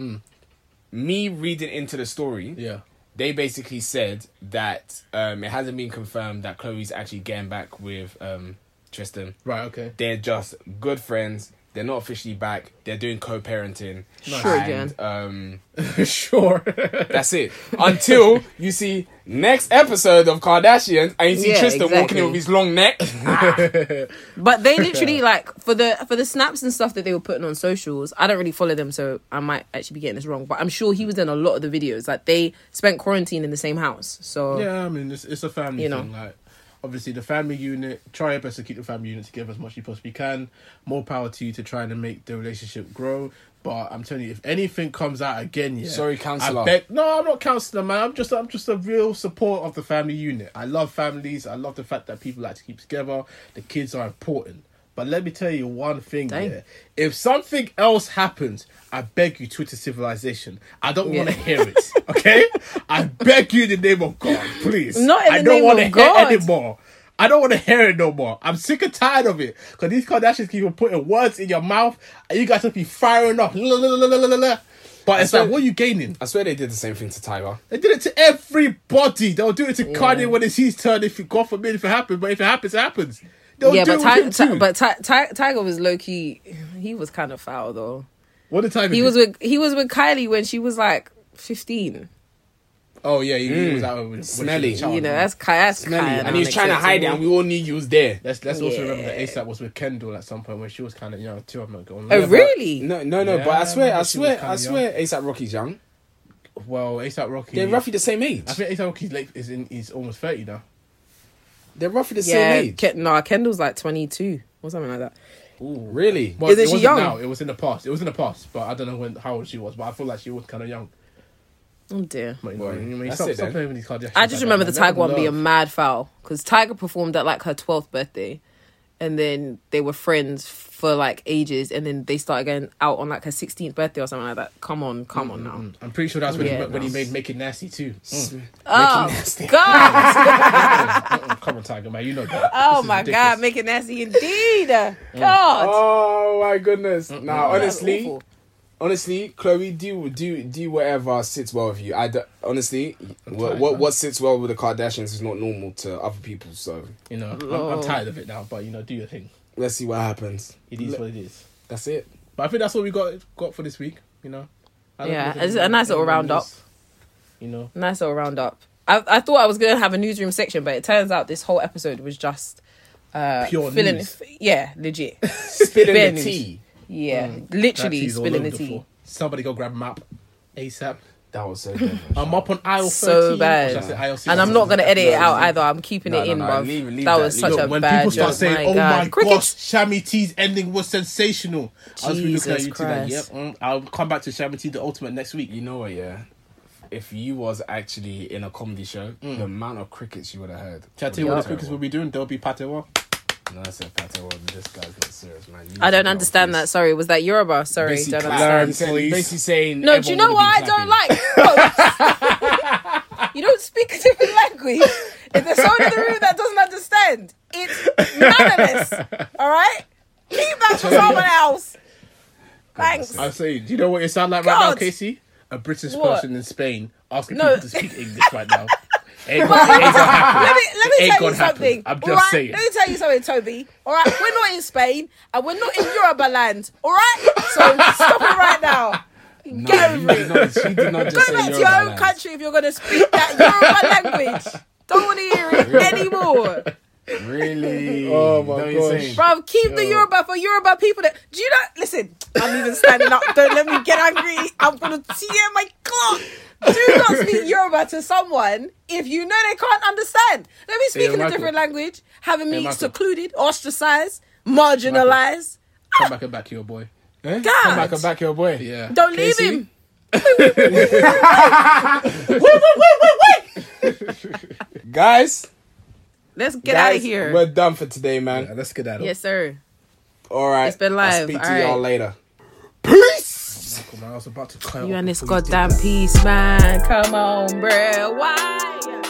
A: me reading into the story,
B: Yeah.
A: they basically said that um, it hasn't been confirmed that Chloe's actually getting back with um, Tristan.
B: Right. Okay.
A: They're just good friends. They're not officially back. They're doing co-parenting.
C: Sure,
A: and, um,
B: [laughs] sure.
A: that's it. Until you see next episode of Kardashians and you see
C: Yeah,
A: Tristan walking
C: exactly.
A: in with his long neck. [laughs]
C: But they literally like for the for the snaps and stuff that they were putting on socials. I don't really follow them, so I might actually be getting this wrong. But I'm sure he was in a lot of the videos. Like they spent quarantine in the same house, so
B: Yeah, I mean, it's, it's a family
C: You know.
B: thing. Like, obviously, the family unit, try your best to keep the family unit together as much as you possibly can. More power to you to trying to make the relationship grow. But I'm telling you, if anything comes out again, yeah.
A: Sorry, counsellor.
B: I beg- no, I'm not counselor, man. I'm just, I'm just a real support of the family unit. I love families. I love the fact that people like to keep together. The kids are important. But let me tell you one thing.
C: Dang.
B: Yeah, if something else happens, I beg you, Twitter civilization. I don't
C: Yeah.
B: want to hear
C: [laughs]
B: it. Okay, I beg you, in the name of God, please.
C: Not in
B: I
C: the
B: don't
C: name
B: want to
C: of
B: hear
C: God.
B: anymore. I don't want to hear it no more. I'm sick and tired of it. Because these Kardashians keep on putting words in your mouth and you guys just be firing off. La, la, la, la, la, la, la. But it's
A: swear-
B: like, what are you gaining?
A: I swear they did the same thing to Tyler.
B: They did it to everybody. They'll do it to Kanye when it's his turn. If God forbid, if it happens, but if it happens, it happens. They'll
C: yeah.
B: do
C: But
B: it Oh, with
C: Ti-
B: him
C: Ti-
B: too.
C: but Ti- Ti- Tiger was low key. He was kind of foul though.
B: what the time
C: He was with he was with Kylie when she was like 15.
B: Oh yeah, he, he was out with- with
A: Mm. Smelly.
B: with the child.
C: you know, that's Ki- that's
A: Nelly,
C: kinda
A: and he was trying to hide it, and we all knew you was there.
B: Let's let's also remember that
C: Yeah.
B: ASAP was with Kendall at some point when she was kind of young too. I'm not going.
C: Oh really?
A: No, no, no.
B: Yeah,
A: but I swear, I
B: remember she was
A: swear,
B: kinda
A: I swear, ASAP Rocky's young.
B: Well, ASAP Rocky.
A: They're roughly the same age.
B: Mm. I think ASAP Rocky's late is in. He's almost thirty now.
A: They're roughly the
C: yeah,
A: same age.
C: Ken- nah, Kendall's like 22 or something like that.
A: Really? [laughs]
B: Well,
C: Isn't
B: it
C: she
B: wasn't
C: young?
B: Now. It was in the past. It was in the past, but I don't know when how old she was. But I feel like she was kind of young.
C: Oh dear.
B: But,
A: Well,
B: I mean,
A: that's
B: stop,
A: it
B: stop
A: then.
B: playing with these Kardashians.
C: I just
B: like
C: remember
B: that,
C: the
B: man.
C: Tiger one
B: Let them
C: being
B: learn.
C: mad foul because Tiger performed at like her 12th birthday and then they were friends for like ages and then they started going out on like her 16th birthday or something like that. Come on, come on now.
B: I'm pretty sure that's when,
C: Yeah,
B: he, when he
C: no.
B: made Make It Nasty too. Mm.
C: Oh, God.
B: Mm, Come on, Tiger, man. You know that.
C: Oh
B: This is
C: my
B: ridiculous. Mm.
C: God. Make it nasty indeed. God.
A: Oh my goodness! Now,
C: That's
A: honestly,
C: awful.
A: honestly, Chloe, do do do whatever sits well with you. I d- honestly, what,
B: tired,
A: what
B: man.
A: what sits well with the Kardashians is not normal to other people. So
B: You know, I'm, I'm
C: Lord.
B: tired of it now, but you know, do your thing.
A: let's see what happens.
B: It is what it is.
A: That's it.
B: But I think that's all we got got for this week. You know. I don't
C: Yeah,
B: think there's
C: it's a nice little
B: anyone
C: roundup.
B: else, You know.
C: Nice little roundup. I, I thought I was going to have a newsroom section, but it turns out this whole episode was just uh,
B: Pure
C: filling.
B: news.
C: Yeah, legit.
A: Spilling
C: Bare
A: the
C: news.
A: tea.
C: Yeah,
B: Mm. That
C: literally
B: tea's all
C: spilling
B: over
C: the
B: the
C: tea.
B: floor. Somebody go grab a map, ASAP.
A: That was so [laughs] good.
B: I'm up on aisle
C: So
B: 13,
C: bad.
B: or should I say aisle 16?
C: And I'm not gonna edit it
B: No,
C: out either. I'm keeping
A: No,
C: it
A: no,
C: in,
A: no,
C: bro.
A: leave it, leave
C: That
A: that,
C: was
A: leave
C: such
A: it.
B: Look,
C: a
B: when
C: bad
B: people start
C: joke.
B: saying, "Oh my
C: Cricket.
B: gosh, Shammy T's ending was sensational," I was really looking at
C: Jesus
B: you two like, "Yep,
C: Christ.
B: mm, I'll come back to Shammy T the ultimate next week."
A: You know what, yeah? If you was actually in a comedy show,
B: Mm.
A: the amount of crickets you would have heard.
B: Shall I tell you what the quickest we'll be doing? There'll be Patewa.
A: No, I said Pato, well, this guy's not serious, man. You
C: I
A: need to
C: don't
A: get
C: understand
A: off
C: that. Sorry, was that Yoruba? Sorry,
A: this.
C: don't
A: Basically,
C: understand.
B: Learn,
A: he's saying-
B: please.
A: Basically saying
C: No, do you know what I don't like?
B: [laughs]
C: Folks, [laughs] you don't speak a different language. If there's someone in the room that doesn't understand, it's none of us. All right, keep that for someone else. Thanks.
B: I say, do you know what it sounds like right now,
C: God.
B: Casey? A British
C: What?
B: person in Spain asking
C: No.
B: people to speak English right
C: [laughs]
B: now. Ain't gonna- ain't gonna happen.
C: let me let me
B: Ain't
C: tell you
B: gonna happen.
C: something.
B: I'm just
C: all right?
B: saying.
C: Let me tell you something, Toby. All right, we're not in Spain and we're not in Yoruba land. All right, so stop it right
B: [laughs]
C: now. Get over it.
A: No, she did
C: [laughs]
A: not just
C: Go
A: say
C: back to your
A: Yoruba
C: own
A: land.
C: country if you're going to speak that Yoruba language. Don't want to hear
B: [laughs]
C: it anymore.
A: Really?
B: Oh my
A: Don't you
B: gosh.
A: think?
C: Bro, keep the Yoruba for Yoruba people. That, do you know? Listen, I'm even standing up. Don't let me get angry. I'm going to tear my clock. Do
B: [laughs]
C: not speak Yoruba to someone if you know they can't understand. Let me speak
B: Hey,
C: in a
B: Michael.
C: different language, having me
B: Michael.
C: secluded, ostracized, marginalized.
B: Come back and back your boy.
A: Eh?
C: God.
A: Come back and back your boy.
B: Yeah.
C: Don't leave
B: Casey?
C: him.
A: Guys,
C: Let's get
A: guys,
C: out of here.
A: We're done for today, man.
B: Yeah, let's get out of
C: Yes, sir.
A: All right.
C: It's been
A: I'll
C: live.
A: speak to
C: All
A: y'all
C: right.
A: later.
B: it. I was about to cut
C: You
B: off
C: and this
B: before you did.
C: goddamn peace, man. Come on, bruh. Why?